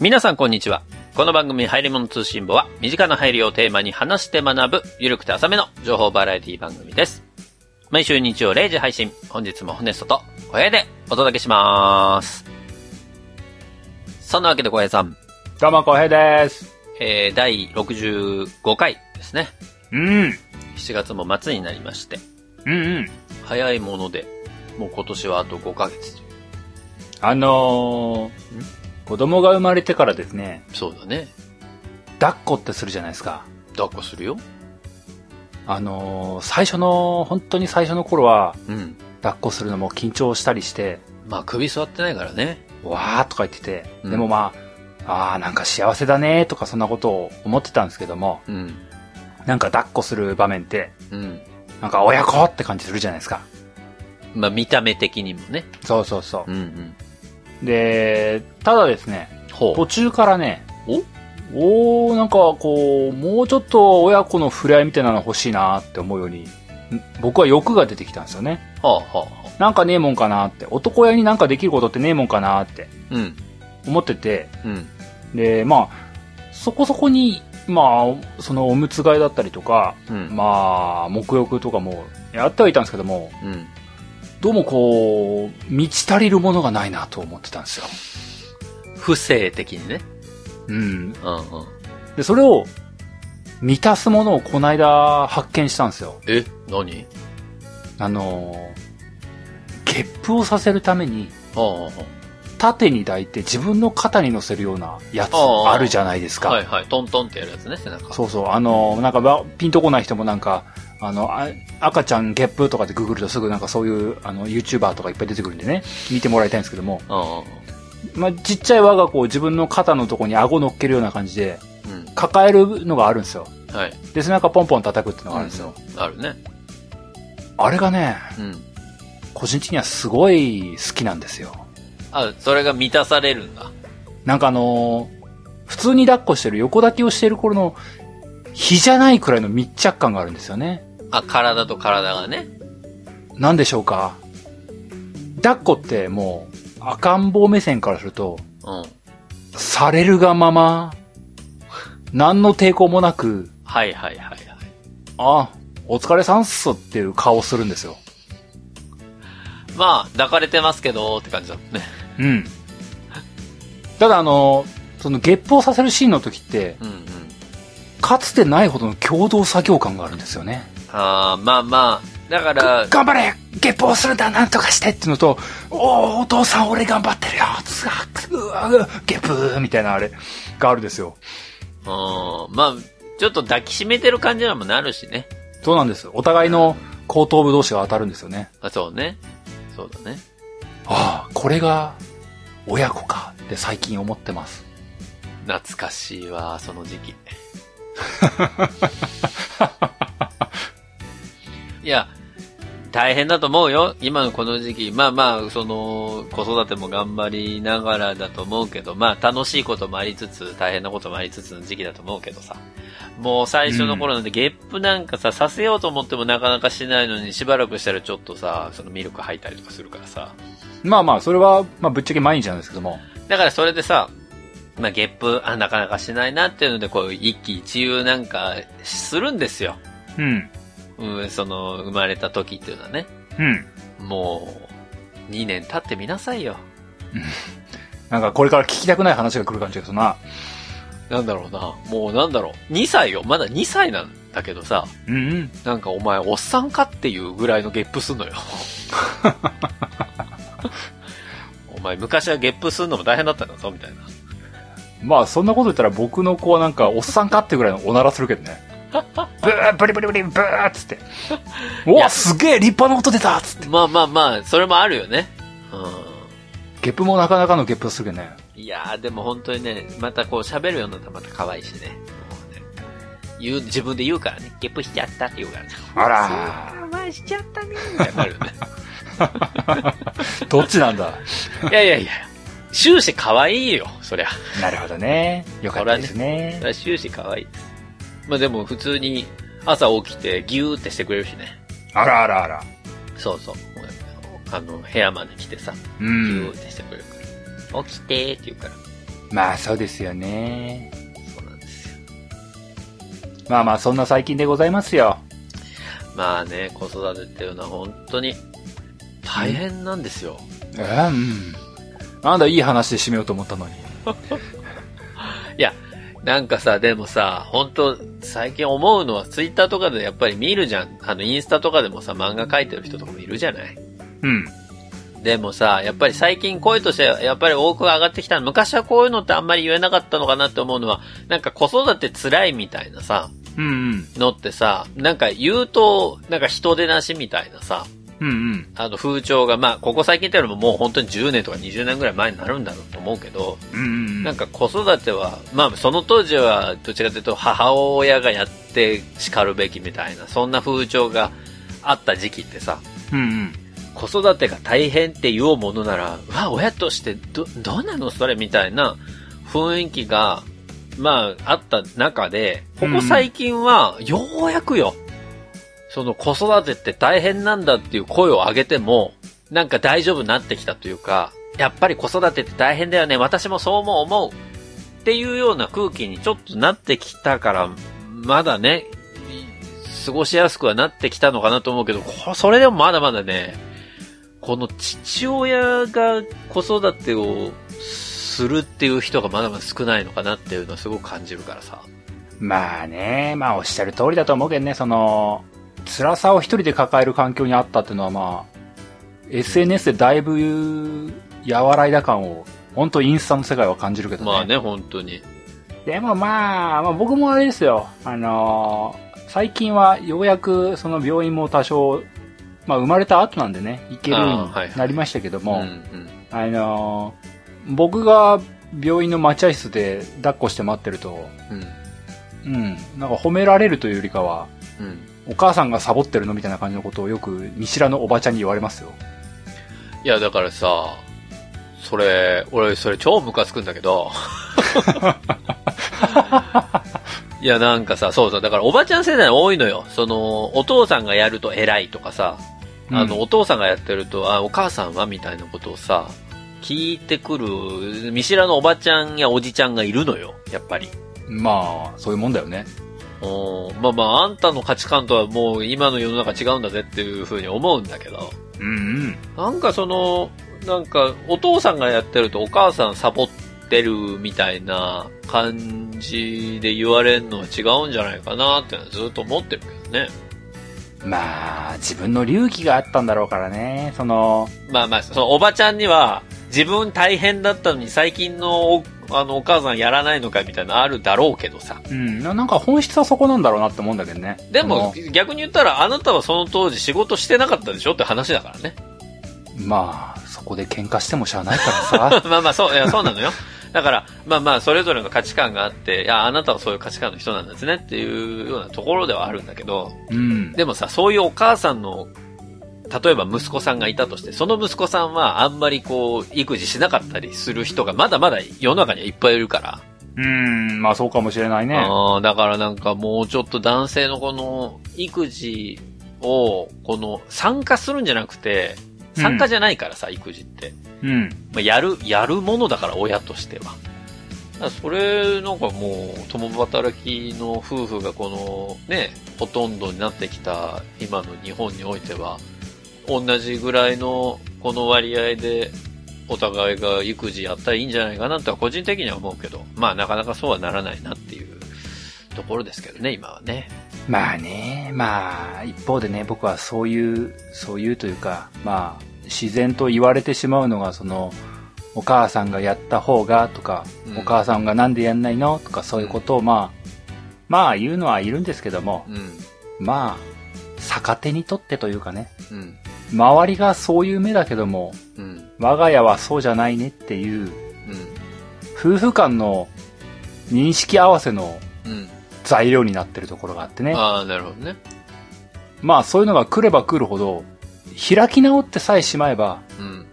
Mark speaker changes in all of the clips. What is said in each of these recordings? Speaker 1: 皆さんこんにちは。この番組、入り物通信簿は、身近な入りをテーマに話して学ぶ、ゆるくて浅めの情報バラエティ番組です。毎週日曜0時配信、本日もホネストと小平でお届けします。そんなわけで小平さん、
Speaker 2: どうも、こうへいです。
Speaker 1: えー、第65回ですね。
Speaker 2: うん。
Speaker 1: 7月も末になりまして、
Speaker 2: うんうん。
Speaker 1: 早いもので、もう今年はあと5ヶ月という。
Speaker 2: あのー、子供が生まれてからですね、
Speaker 1: そうだね。
Speaker 2: 抱っこってするじゃないですか。
Speaker 1: 抱っこするよ。
Speaker 2: あのー、最初の、本当に最初の頃は、
Speaker 1: うん。
Speaker 2: 抱っこするのも緊張したりして、
Speaker 1: まあ首座ってないからね。
Speaker 2: わーとか言ってて、
Speaker 1: うん
Speaker 2: でもまあ、あーなんか幸せだねとかそんなことを思ってたんですけども、
Speaker 1: うん。
Speaker 2: なんか抱っこする場面って、
Speaker 1: うん。
Speaker 2: なんか親子って感じするじゃないですか。
Speaker 1: まあ見た目的にもね。
Speaker 2: そうそうそ
Speaker 1: んうん。
Speaker 2: う。で、ただですね、
Speaker 1: ほ
Speaker 2: 途中からね、おおーなんかこう、もうちょっと親子の触れ合いみたいなの欲しいなって思うように、ん僕は欲が出てきたんですよね。
Speaker 1: う。はあはあはあ。
Speaker 2: なんかねえもんかなって、男親になんかできることってねえもんかなって
Speaker 1: うん。
Speaker 2: 思ってて、
Speaker 1: うん。
Speaker 2: で、まあ、そこそこに、まあ、そのおむつ替えだったりとか、
Speaker 1: うん。
Speaker 2: まあ、沐浴とかもやってはいたんですけども、
Speaker 1: うん。
Speaker 2: どうもこう、満ち足りるものがないなと思ってたんですよ。
Speaker 1: 不正的にね。
Speaker 2: うん。
Speaker 1: うんうん。
Speaker 2: で、それを、満たすものをこの間発見したんですよ。
Speaker 1: え何
Speaker 2: あのー、ゲップをさせるために、
Speaker 1: はあは
Speaker 2: 縦に抱いて自分の肩に乗せるようなやつ
Speaker 1: ああ
Speaker 2: あるじゃないです
Speaker 1: あ
Speaker 2: か。
Speaker 1: はいはい。トントンってやるやつね、背中。
Speaker 2: そうそう、あのー、なんかわ、ピンとこない人もなんか、あの、あ赤ちゃんゲップとかでググるとすぐなんかそういう、あの、YouTuber とかいっぱい出てくるんでね、見てもらいたいんですけども、
Speaker 1: う
Speaker 2: まあ、ちっちゃい我が子を自分の肩のとこに顎乗っけるような感じで、
Speaker 1: んうん。うん。
Speaker 2: 抱えるのがあるんですよ。
Speaker 1: はい。
Speaker 2: で、背中ポンポン叩くっていうのがあるんですよ。
Speaker 1: うんあるね。
Speaker 2: あれがね、
Speaker 1: うん。
Speaker 2: 個人的にはすごい好きなんですよ。
Speaker 1: あ、それが満たされるんだ。
Speaker 2: なんかあのー普通に抱っこしてる、横抱きをしてる頃の、比じゃないくらいの密着感があるんですよね。
Speaker 1: あ、体と体がね。
Speaker 2: なんでしょうか抱っこってもう、赤ん坊目線からすると、
Speaker 1: うん。
Speaker 2: されるがまま、何の抵抗もなく、
Speaker 1: はいはいはいはい。
Speaker 2: あ、お疲れさんっすっていう顔するんですよ。
Speaker 1: まあ、抱かれてますけど、って感じだもんね。
Speaker 2: うん。ただあのーそのゲップをさせるシーンの時って、
Speaker 1: うんうん。
Speaker 2: かつてないほどの共同作業感があるんですよね。
Speaker 1: あーまあまあ。だから、
Speaker 2: 頑張れゲップをするんだなんとかしてっていうのと、おーお父さん俺頑張ってるよつわくうわうわゲップーみたいなあれがあるんですよ。
Speaker 1: うん、まあ、ちょっと抱きしめてる感じにもなるしね。
Speaker 2: そうなんです。お互いの後頭部同士が当たるんですよね。
Speaker 1: あ、そうね。そうだね。
Speaker 2: ああ、これが親子かって最近思ってます。
Speaker 1: 懐かしいわ、その時 期。いや、大変だと思うよ。今のこの時期。まあまあ、その、子育ても頑張りながらだと思うけど、まあ楽しいこともありつつ、大変なこともありつつの時期だと思うけどさ。もう最初の頃なんで、ゲップなんかさ、させようと思ってもなかなかしないのに、しばらくしたらちょっとさ、そのミルク吐いたりとかするからさ。
Speaker 2: まあまあ、それは、まあぶっちゃけ毎日なんですけども。
Speaker 1: だからそれでさ、まあ、ゲップ、あ、なかなかしないなっていうので、こう、一喜一憂なんか、するんですよ。
Speaker 2: うん。
Speaker 1: うん、その、生まれた時っていうのはね。
Speaker 2: うん。
Speaker 1: もう、2年経ってみなさいよ。
Speaker 2: なんかこれから聞きたくない話が来る感じがするな。
Speaker 1: なんだろうな。もうなんだろう。2歳よ。まだ2歳なんだけどさ、
Speaker 2: うんうん。
Speaker 1: なんかお前、おっさんかっていうぐらいのゲップすんのよ。お前、昔はゲップすんのも大変だったんだぞ、みたいな。
Speaker 2: まあそんなこと言ったら僕の子はなんかおっさんかってぐらいのおならするけど ね。ブーブリブリブリブーっつって。う
Speaker 1: い
Speaker 2: わ
Speaker 1: や
Speaker 2: すげえ立派な音出たっつって。
Speaker 1: まあまあまあ、それもあるよね。うん。
Speaker 2: ゲップもなかなかのゲップするけどね。
Speaker 1: いやー、でも本当にね、またこう喋るようになったらまた可愛いしね。もうなんか言う、自分で言うからね。ゲップしちゃったって言うからね。
Speaker 2: あら
Speaker 1: そう。お前しちゃったねみたいになるよね。
Speaker 2: どっちなんだ
Speaker 1: いやいやいや。終始可愛いよ、そりゃ。
Speaker 2: なるほどね。よかったです
Speaker 1: そ
Speaker 2: ね
Speaker 1: り。ゃ終始可愛いです。まあでも普通に朝起きてギューってしてくれるしね。
Speaker 2: あらあらあら。
Speaker 1: そうそう。もうあの、部屋まで来てさ、
Speaker 2: う
Speaker 1: ギュー
Speaker 2: ん
Speaker 1: っ。てしてくれるから。起きてーって言うから。
Speaker 2: まあそうですよね。
Speaker 1: そうなんですよ。
Speaker 2: まあまあそんな最近でございますよ。
Speaker 1: まあね、子育てっていうのは本当に大変なんですよ。
Speaker 2: えーうん。なんだいい話で締めようと思ったのに。
Speaker 1: いや、なんかさ、でもさ、本当最近思うのは、ツイッターとかでやっぱり見るじゃん。あの、インスタとかでもさ、漫画描いてる人とかもいるじゃない。
Speaker 2: うん。
Speaker 1: でもさ、やっぱり最近声としてやっぱり多く上がってきたの昔はこういうのってあんまり言えなかったのかなって思うのは、なんか子育て辛いみたいなさ、
Speaker 2: うんうん。
Speaker 1: のってさ、なんか言うと、なんか人出なしみたいなさ、
Speaker 2: うんうん。
Speaker 1: あの風潮が、まあ、ここ最近っていうのももう本当に10年とか20年ぐらい前になるんだろうと思うけど、
Speaker 2: うんうん。
Speaker 1: なんか子育ては、まあ、その当時はどっちかというと母親がやって叱るべきみたいな、そんな風潮があった時期ってさ、
Speaker 2: うんうん。
Speaker 1: 子育てが大変って言おうものなら、うわ、親としてど、どうなのそれみたいな雰囲気が、まあ、あった中で、ここ最近は、ようやくよ、その子育てって大変なんだっていう声を上げても、なんか大丈夫になってきたというか、やっぱり子育てって大変だよね、私もそうも思う。っていうような空気にちょっとなってきたから、まだね、過ごしやすくはなってきたのかなと思うけど、こそれでもまだまだね、この父親が子育てをするっていう人がまだまだ少ないのかなっていうのはすごく感じるからさ。
Speaker 2: まあね、まあおっしゃる通りだと思うけどね、その、辛さを一人で抱える環境にあったっていうのはまあ、SNS でだいぶ和らいだ感を、本当インスタの世界は感じるけどね。
Speaker 1: まあね、本当に。
Speaker 2: でもまあ、まあ、僕もあれですよ。あのー最近はようやくその病院も多少、まあ生まれた後なんでね、行けるよ
Speaker 1: あーは
Speaker 2: う
Speaker 1: い
Speaker 2: になりましたけども、
Speaker 1: んん。
Speaker 2: あのー僕が病院の待合室で抱っこして待ってると、
Speaker 1: うん。
Speaker 2: うん、なんか褒められるというよりかは、
Speaker 1: うん。
Speaker 2: お母さんがサボってるのみたいな感じのことをよく見知らぬおばちゃんに言われますよ。
Speaker 1: いや、だからさ、それ、俺、それ超ムカつくんだけ ど。いや、なんかさ、そうそう、だからおばちゃん世代多いのよ。その、お父さんがやると偉いとかさ、あの、
Speaker 2: うん
Speaker 1: お父さんがやってると、あ、お母さんはみたいなことをさ、聞いてくる、見知らぬおばちゃんやおじちゃんがいるのよ、やっぱり。
Speaker 2: まあ、そういうもんだよね。
Speaker 1: うん、まあまあ、あんたの価値観とはもう今の世の中違うんだぜっていうふうに思うんだけど、
Speaker 2: うん
Speaker 1: なんかその、なんか、お父さんがやってるとお母さんサボってるみたいな感じで言われるのは違うんじゃないかなってのはずっと思ってるけどね。
Speaker 2: うん。まあ、自分の流儀があったんだろうからね。その、
Speaker 1: まあまあ、そのおばちゃんには、自分大変だったのに最近のおあのお母さんやらないのかみたいなのあるだろうけどさ。
Speaker 2: うん、ななんか本質はそこなんだろうなって思うんだけどね。
Speaker 1: でも逆に言ったらあなたはその当時仕事してなかったでしょって話だからね。。
Speaker 2: その、まあ、そこで喧嘩してもしゃあないからさ
Speaker 1: まあまあそう、いやそうなのよ。だから、まあまあそれぞれの価値観があって、いやあなたはそういう価値観の人なんですねっていうようなところではあるんだけど、
Speaker 2: うん。
Speaker 1: でもさ、そういうお母さんの、例えば息子さんがいたとして、その息子さんはあんまりこう、育児しなかったりする人がまだまだ世の中にはいっぱいいるから、
Speaker 2: うん、まあそうかもしれないね。
Speaker 1: あーだからなんかもうちょっと男性のこの育児を、この参加するんじゃなくて、参加じゃないからさ、育児って。
Speaker 2: うん。
Speaker 1: まあ、やる、やるものだから親としては。だからそれなんかもう、共働きの夫婦がこのね、ほとんどになってきた今の日本においては、同じぐらいのこの割合でお互いが育児やったらいいんじゃないかなとは個人的には思うけど、まあなかなかそうはならないなっていうところですけどね、今はね。
Speaker 2: まあね、まあ、一方でね、僕はそういう、そういうというか、まあ、自然と言われてしまうのが、その、お母さんがやった方がとか、
Speaker 1: うん
Speaker 2: お母さんがなんでやんないのとか、そういうことを、まあ、まあ言うのはいるんですけども
Speaker 1: う、ん。
Speaker 2: まあ、逆手にとってというかね、
Speaker 1: うん。
Speaker 2: 周りがそういう目だけども、
Speaker 1: うん。
Speaker 2: 我が家はそうじゃないねっていう、夫婦間の認識合わせの
Speaker 1: うん。うん。
Speaker 2: 材料になってるところがあってね。
Speaker 1: ああ、なるほどね。
Speaker 2: まあそういうのが来れば来るほど、開き直ってさえしまえば、
Speaker 1: うん。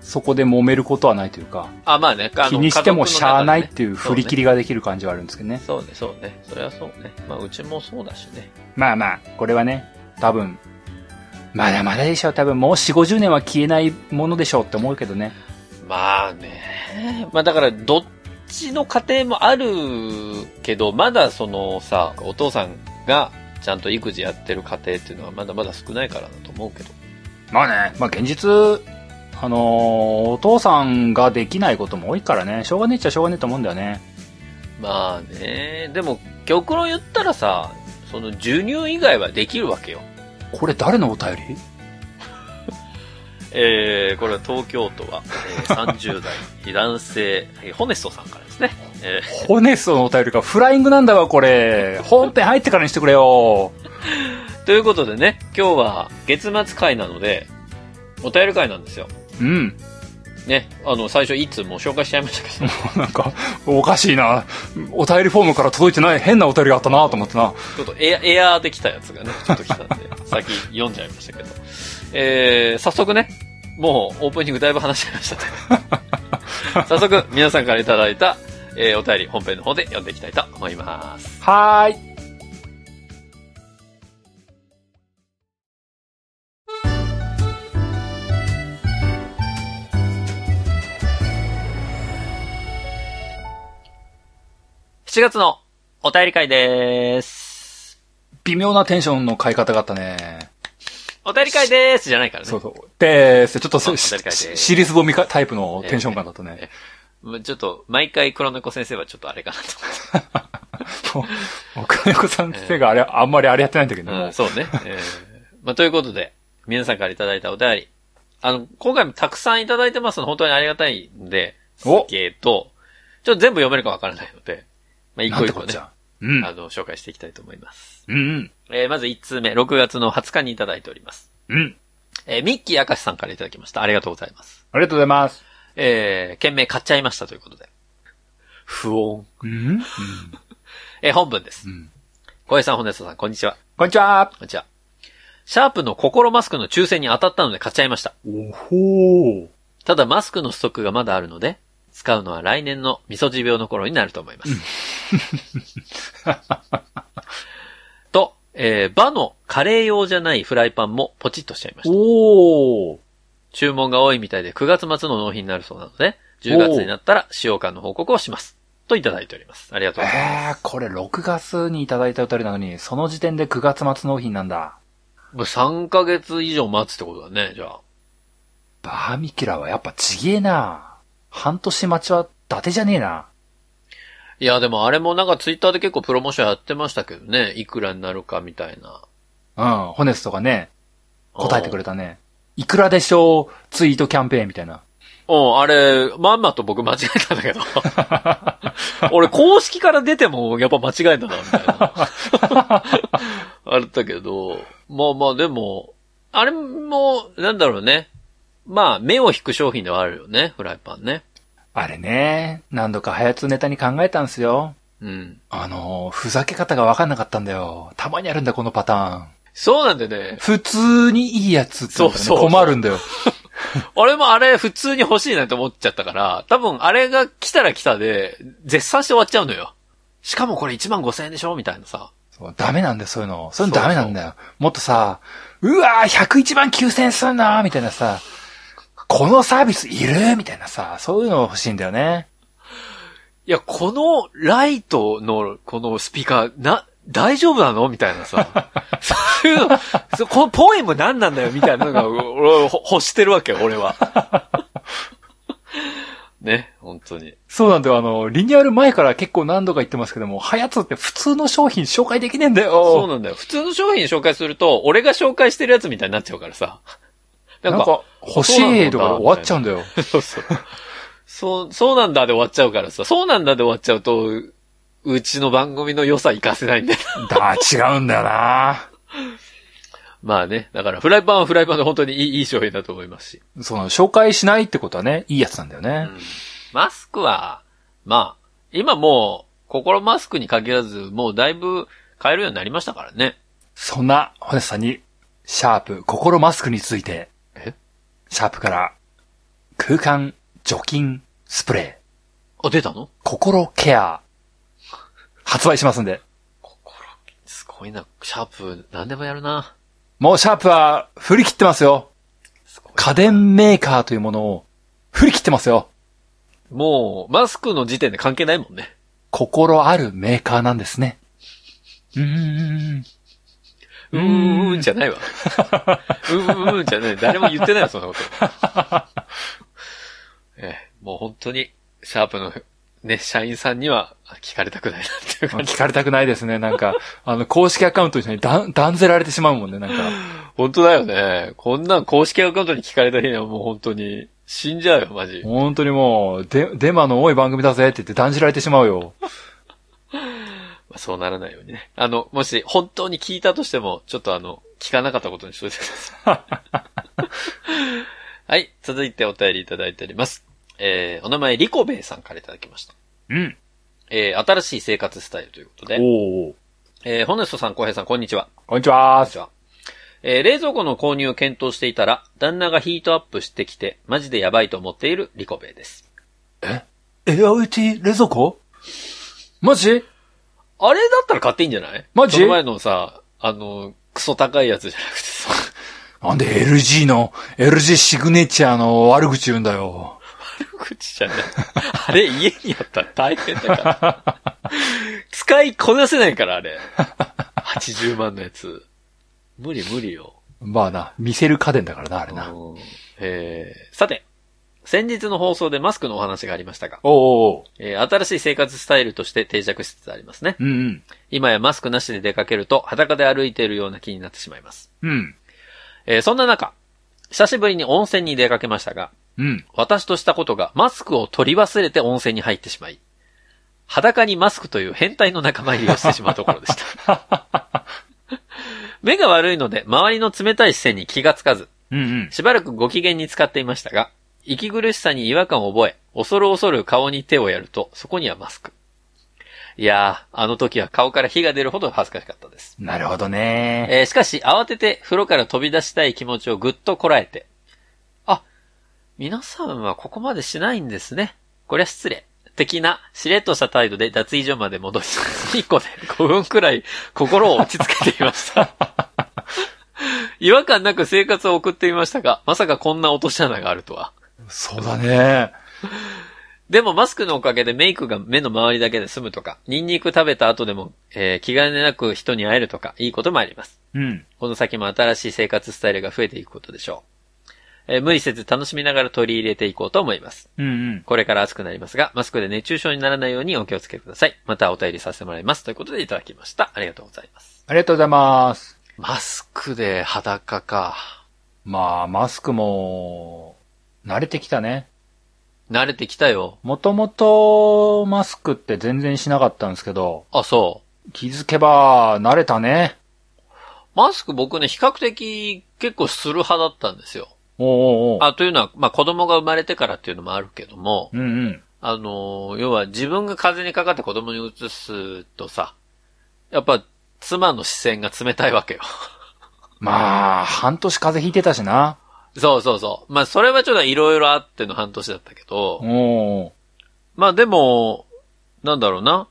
Speaker 2: そこで揉めることはないというか、
Speaker 1: あ、まあね、あの
Speaker 2: 気にしてもしゃあないってい
Speaker 1: 家
Speaker 2: う
Speaker 1: 族の中でね
Speaker 2: 振り切りができる感じはあるんですけどね。
Speaker 1: そうね、そうね。それはそうね。まあ、うちもそうだしね。
Speaker 2: まあまあ、これはね、多分、まだまだでしょう。多分もう4、50年は消えないものでしょうって思うけどね。
Speaker 1: まあね。まあ、だから、どっちの家庭もあるけど、まだそのさ、お父さんがちゃんと育児やってる家庭っていうのはまだまだ少ないからだと思うけど。
Speaker 2: まあね、まあ現実、あのーお父さんができないことも多いからね、しょうがねえっちゃしょうがねえと思うんだよね。
Speaker 1: まあね、でも極論言ったらさ、その授乳以外はできるわけよ。
Speaker 2: これ誰のお便り
Speaker 1: えー、これは東京都は、えー30代 男性、えーホネストさんからですね。えー
Speaker 2: ホネストのお便りか、フライングなんだわ、これ。本編入ってからにしてくれよ。
Speaker 1: ということでね、今日は月末回なので、お便り会なんですよ。
Speaker 2: うん。
Speaker 1: ね、あの、最初いつも紹介しちゃいましたけど、
Speaker 2: なんか、おかしいな。お便りフォームから届いてない変なお便りがあったなと思ってな。
Speaker 1: ちょっとエアエアーで来たやつがね、ちょっと来たんで、先読んじゃいましたけど。えー、早速ね、もうオープニングだいぶ話しちゃいましたね。早速、皆さんからいただいた、えーお便り本編の方で読んでいきたいと思います。
Speaker 2: はーい。
Speaker 1: 7月のお便り会です。
Speaker 2: 微妙なテンションの買い方があったね。
Speaker 1: お便り会ですじゃないからね。
Speaker 2: そうそう。でーす。ちょっと
Speaker 1: あ
Speaker 2: そ
Speaker 1: お便り会です
Speaker 2: し尻すぼみかタイプのテンション感だったね。
Speaker 1: まちょっと、毎回黒猫先生はちょっとあれかなと
Speaker 2: もう、もう金子さん先生があれ、あんまりあれやってないんだけど
Speaker 1: 思って。う
Speaker 2: ね
Speaker 1: ん、。そうね。えーまあ、ということで、皆さんからいただいたお便り。あの、今回もたくさんいただいてますので、本当にありがたいんで、す
Speaker 2: お
Speaker 1: けど、ちょっと全部読めるかわからないので、まあ、一
Speaker 2: なん
Speaker 1: 個
Speaker 2: て
Speaker 1: 一
Speaker 2: こ
Speaker 1: 個
Speaker 2: っ
Speaker 1: ね
Speaker 2: ち、ゃ。うん。
Speaker 1: あの、紹介していきたいと思います。
Speaker 2: うんうん。
Speaker 1: えーまず1通目、6月の20日にいただいております。
Speaker 2: うん。
Speaker 1: えーミッキー明石さんからいただきました。ありがとうございます。
Speaker 2: ありがとうございます。
Speaker 1: えー、件名買っちゃいましたということで。不穏。
Speaker 2: うんうん。
Speaker 1: えー本文です。
Speaker 2: ん
Speaker 1: 小江さん、本根さん、こんにちは。
Speaker 2: こんにちは。
Speaker 1: こんにちは。シャープの心マスクの抽選に当たったので買っちゃいました。
Speaker 2: おほー。
Speaker 1: ただマスクのストックがまだあるので、使うのは来年の味噌汁病の頃になると思います。と、えー、バのカレー用じゃないフライパンもポチッとしちゃいました。
Speaker 2: おー。
Speaker 1: 注文が多いみたいで9月末の納品になるそうなので、10月になったら使用感の報告をします。といただいております。ありがとうございます。
Speaker 2: えー、これ6月にいただいたお便りなのに、その時点で9月末納品なんだ。
Speaker 1: もう3ヶ月以上待つってことだね、じゃあ。
Speaker 2: バーミキュラはやっぱちげえな。半年待ちは伊達じゃねえな。
Speaker 1: いや、でもあれもなんかツイッターで結構プロモーションやってましたけどね、いくらになるかみたいな。
Speaker 2: うん、ホネスとかね、答えてく
Speaker 1: れ。
Speaker 2: れたね。いくらでしょうツイートキャンペーンみたいな。
Speaker 1: うん、あれ、まんまと僕間違えたんだけど。 俺公式から出てもやっぱ間違えたな、みたいな。 あれだけど、まあまあでも、あれも、なんだろうね。まあ、目を引く商品ではあるよね、フライパンね。
Speaker 2: あれね、何度かハヤツネタに考えたんすよ。
Speaker 1: うん。
Speaker 2: あのー、ふざけ方がわかんなかったんだよ。たまにあるんだ、このパターン。
Speaker 1: そうなんだよね。
Speaker 2: 普通にいいやつってのがね、
Speaker 1: そうそうそう
Speaker 2: 困るんだよ。
Speaker 1: 俺もあれ普通に欲しいなって思っちゃったから、多分あれが来たら来たで、絶賛して終わっちゃうのよ。しかもこれ1万5千円でしょみたいなさ。
Speaker 2: そうダメなんだよ、そういうの。そういうのダメなんだよ。もっとさ、うわー、101万9000円すんなーみたいなさ、このサービスいるみたいなさ、そういうの欲しいんだよね。
Speaker 1: いや、このライトのこのスピーカー、な、大丈夫なのみたいな さ。そういうの、そうこのポエム何なんだよみたいなのが、お俺、ほ欲してるわけよ、俺 は。ね、本当に。
Speaker 2: そうなんだよ、あの、リニューアル前から結構何度か言ってますけども、はやつって普通の商品紹介できねえんだ
Speaker 1: そう
Speaker 2: よ。
Speaker 1: なんだよ。普通の商品紹介すると、俺が紹介してるやつみたいになっちゃうからさ。
Speaker 2: なんか、欲しいとかで終わっちゃうんだよ。
Speaker 1: そうそう。そう、そうなんだで終わっちゃうからさ、そうなんだで終わっちゃうと、ううちの番組の良さ活かせないんだよ。
Speaker 2: だ、違うんだよな。
Speaker 1: まあね、だからフライパンはフライパンで本当にいいいい商品だと思いますし。
Speaker 2: その、紹介しないってことはね、いいやつなんだよね。
Speaker 1: マスクは、まあ、今もう、心マスクに限らず、もうだいぶ買えるようになりましたからね。
Speaker 2: そんな、ホネスさんに、シャープ、心マスクについて、
Speaker 1: え
Speaker 2: シャープから、空間、除菌、スプレー、
Speaker 1: あ、出たの
Speaker 2: 心ケア、発売しますんで。
Speaker 1: すごいな。シャープ、何でもやるな。
Speaker 2: もうシャープは、振り切ってますよ。
Speaker 1: すごい。
Speaker 2: 家電メーカーというものを、振り切ってますよ。
Speaker 1: もう、マスクの時点で関係ないもんね。
Speaker 2: 心あるメーカーなんですね。うーん。
Speaker 1: うーん、うんじゃないわ。うーん、うんじゃない。誰も言ってないよ、そんな こと。ええもう本当に、シャープの、ね、社員さんには聞かれたくないなっていう感じ。
Speaker 2: 聞かれたくないですね。なんか、 あの、公式アカウントに断断ぜられてしまうもんね。なんか、
Speaker 1: 本当だよね。こんなん公式アカウントに聞かれた日にはもう本当に、死んじゃうよ、マジ。
Speaker 2: 本当にもう、で、デマの多い番組だぜって言って断じられてしまうよ。
Speaker 1: まあそうならないようにね。あの、もし本当に聞いたとしても、ちょっとあの、聞かなかったことにしといてください。はい、続いてお便りいただいております。えー、お名前、リコベイさんからいただきました。
Speaker 2: うん。
Speaker 1: えー、新しい生活スタイルということで、
Speaker 2: おお。
Speaker 1: えー、ホネストさん、コウヘイさん、こんにちは。
Speaker 2: こんにちは
Speaker 1: こんにちは。えー冷蔵庫の購入を検討していたら、旦那がヒートアップしてきて、マジでやばいと思っているリコベイです。
Speaker 2: AIT 冷蔵庫マジ
Speaker 1: あれだったら買っていいんじゃない
Speaker 2: マジ
Speaker 1: その前のさ、あの、クソ高いやつじゃなくて さ、
Speaker 2: なんで LG の、LG シグネチャーの悪口言うんだよ。
Speaker 1: 口じゃない。あれ家にあったら大変だから。 使いこなせないから、あれ。80万のやつ。無理無理よ。
Speaker 2: まあな、見せる家電だからな、あれな。
Speaker 1: うんえーさて、先日の放送でマスクのお話がありましたが、
Speaker 2: おうおうおう
Speaker 1: えー新しい生活スタイルとして定着しつつありますね。
Speaker 2: うん
Speaker 1: 今やマスクなしで出かけると裸で歩いているような気になってしまいます。
Speaker 2: うん。うん。
Speaker 1: えーそんな中、久しぶりに温泉に出かけましたが、
Speaker 2: うん。
Speaker 1: 私としたことがマスクを取り忘れて温泉に入ってしまい、裸にマスクという変態の仲間入りをしてしまうところでした。目が悪いので周りの冷たい視線に気がつかず、
Speaker 2: うんうん。
Speaker 1: しばらくご機嫌に使っていましたが、息苦しさに違和感を覚え、恐る恐る顔に手をやると、そこにはマスク。いやー、あの時は顔から火が出るほど恥ずかしかったです。
Speaker 2: なるほどね。
Speaker 1: えーしかし、慌てて風呂から飛び出したい気持ちをぐっとこらえて、あ、皆さんはここまでしないんですね。こりゃ失礼。的な、しれっとした態度で脱衣所まで戻り、1個で5分 くらい心を落ち着けていました。 違和感なく生活を送っていましたが、まさかこんな落とし穴があるとは。
Speaker 2: そうだね。
Speaker 1: でもマスクのおかげでメイクが目の周りだけで済むとか、ニンニク食べた後でも、えー気兼ねなく人に会えるとか、いいこともあります。
Speaker 2: うん。
Speaker 1: この先も新しい生活スタイルが増えていくことでしょう。えー無理せず楽しみながら取り入れていこうと思います。
Speaker 2: うんうん。
Speaker 1: これから暑くなりますが、マスクで熱中症にならないようにお気をつけください。またお便りさせてもらいます。ということでいただきました。ありがとうございます。
Speaker 2: ありがとうございます。
Speaker 1: マスクで裸か。
Speaker 2: まあ、マスクも、慣れてきたね。
Speaker 1: 慣れてきたよ。
Speaker 2: もともと、マスクって全然しなかったんですけど、
Speaker 1: あ、そう。
Speaker 2: 気づけば、慣れたね。
Speaker 1: マスク僕ね、比較的結構する派だったんですよ。
Speaker 2: おうおうおう。
Speaker 1: あ、というのは、まあ子供が生まれてからっていうのもあるけども、
Speaker 2: うんうん。
Speaker 1: あのー、要は自分が風邪にかかって子供に移すとさ、やっぱ妻の視線が冷たいわけよ。
Speaker 2: まあ、半年風邪ひいてたしな。
Speaker 1: そうそうそう。まあそれはちょっといろいろあっての半年だったけど
Speaker 2: お、うおう。
Speaker 1: まあでも、なんだろうな。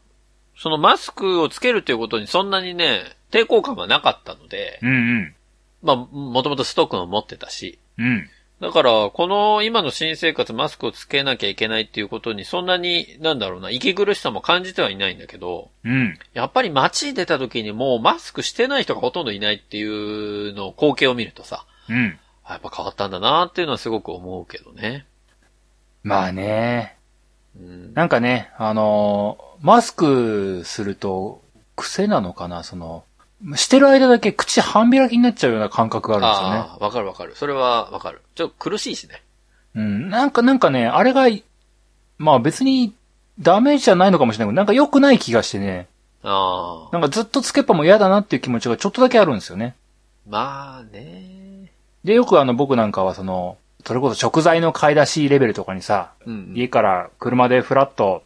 Speaker 1: そのマスクをつけるということにそんなにね、抵抗感はなかったので、
Speaker 2: うんうん。
Speaker 1: まあもともとストックも持ってたし、
Speaker 2: うん。
Speaker 1: だから、この今の新生活マスクをつけなきゃいけないっていうことにそんなに、なんだろうな、息苦しさも感じてはいないんだけど、
Speaker 2: うん。
Speaker 1: やっぱり街に出た時にもうマスクしてない人がほとんどいないっていうのを光景を見るとさ、
Speaker 2: うん。
Speaker 1: あやっぱ変わったんだなっていうのはすごく思うけどね。
Speaker 2: まあね。
Speaker 1: うん。
Speaker 2: なんかね、あのーマスクすると、癖なのかな、その、してる間だけ口半開きになっちゃうような感覚があるんですよね。
Speaker 1: ああ、わかるわかる。それはわかる。ちょっと苦しいしね。
Speaker 2: うん、なんか、なんかね、あれが、まあ別にダメージじゃないのかもしれないけど、なんか良くない気がしてね、
Speaker 1: ああ。
Speaker 2: なんかずっとつけっぱも嫌だなっていう気持ちがちょっとだけあるんですよね。
Speaker 1: まあね。
Speaker 2: で、よくあの僕なんかはその、それこそ食材の買い出しレベルとかにさ、
Speaker 1: うんうん。
Speaker 2: 家から車でフラッと、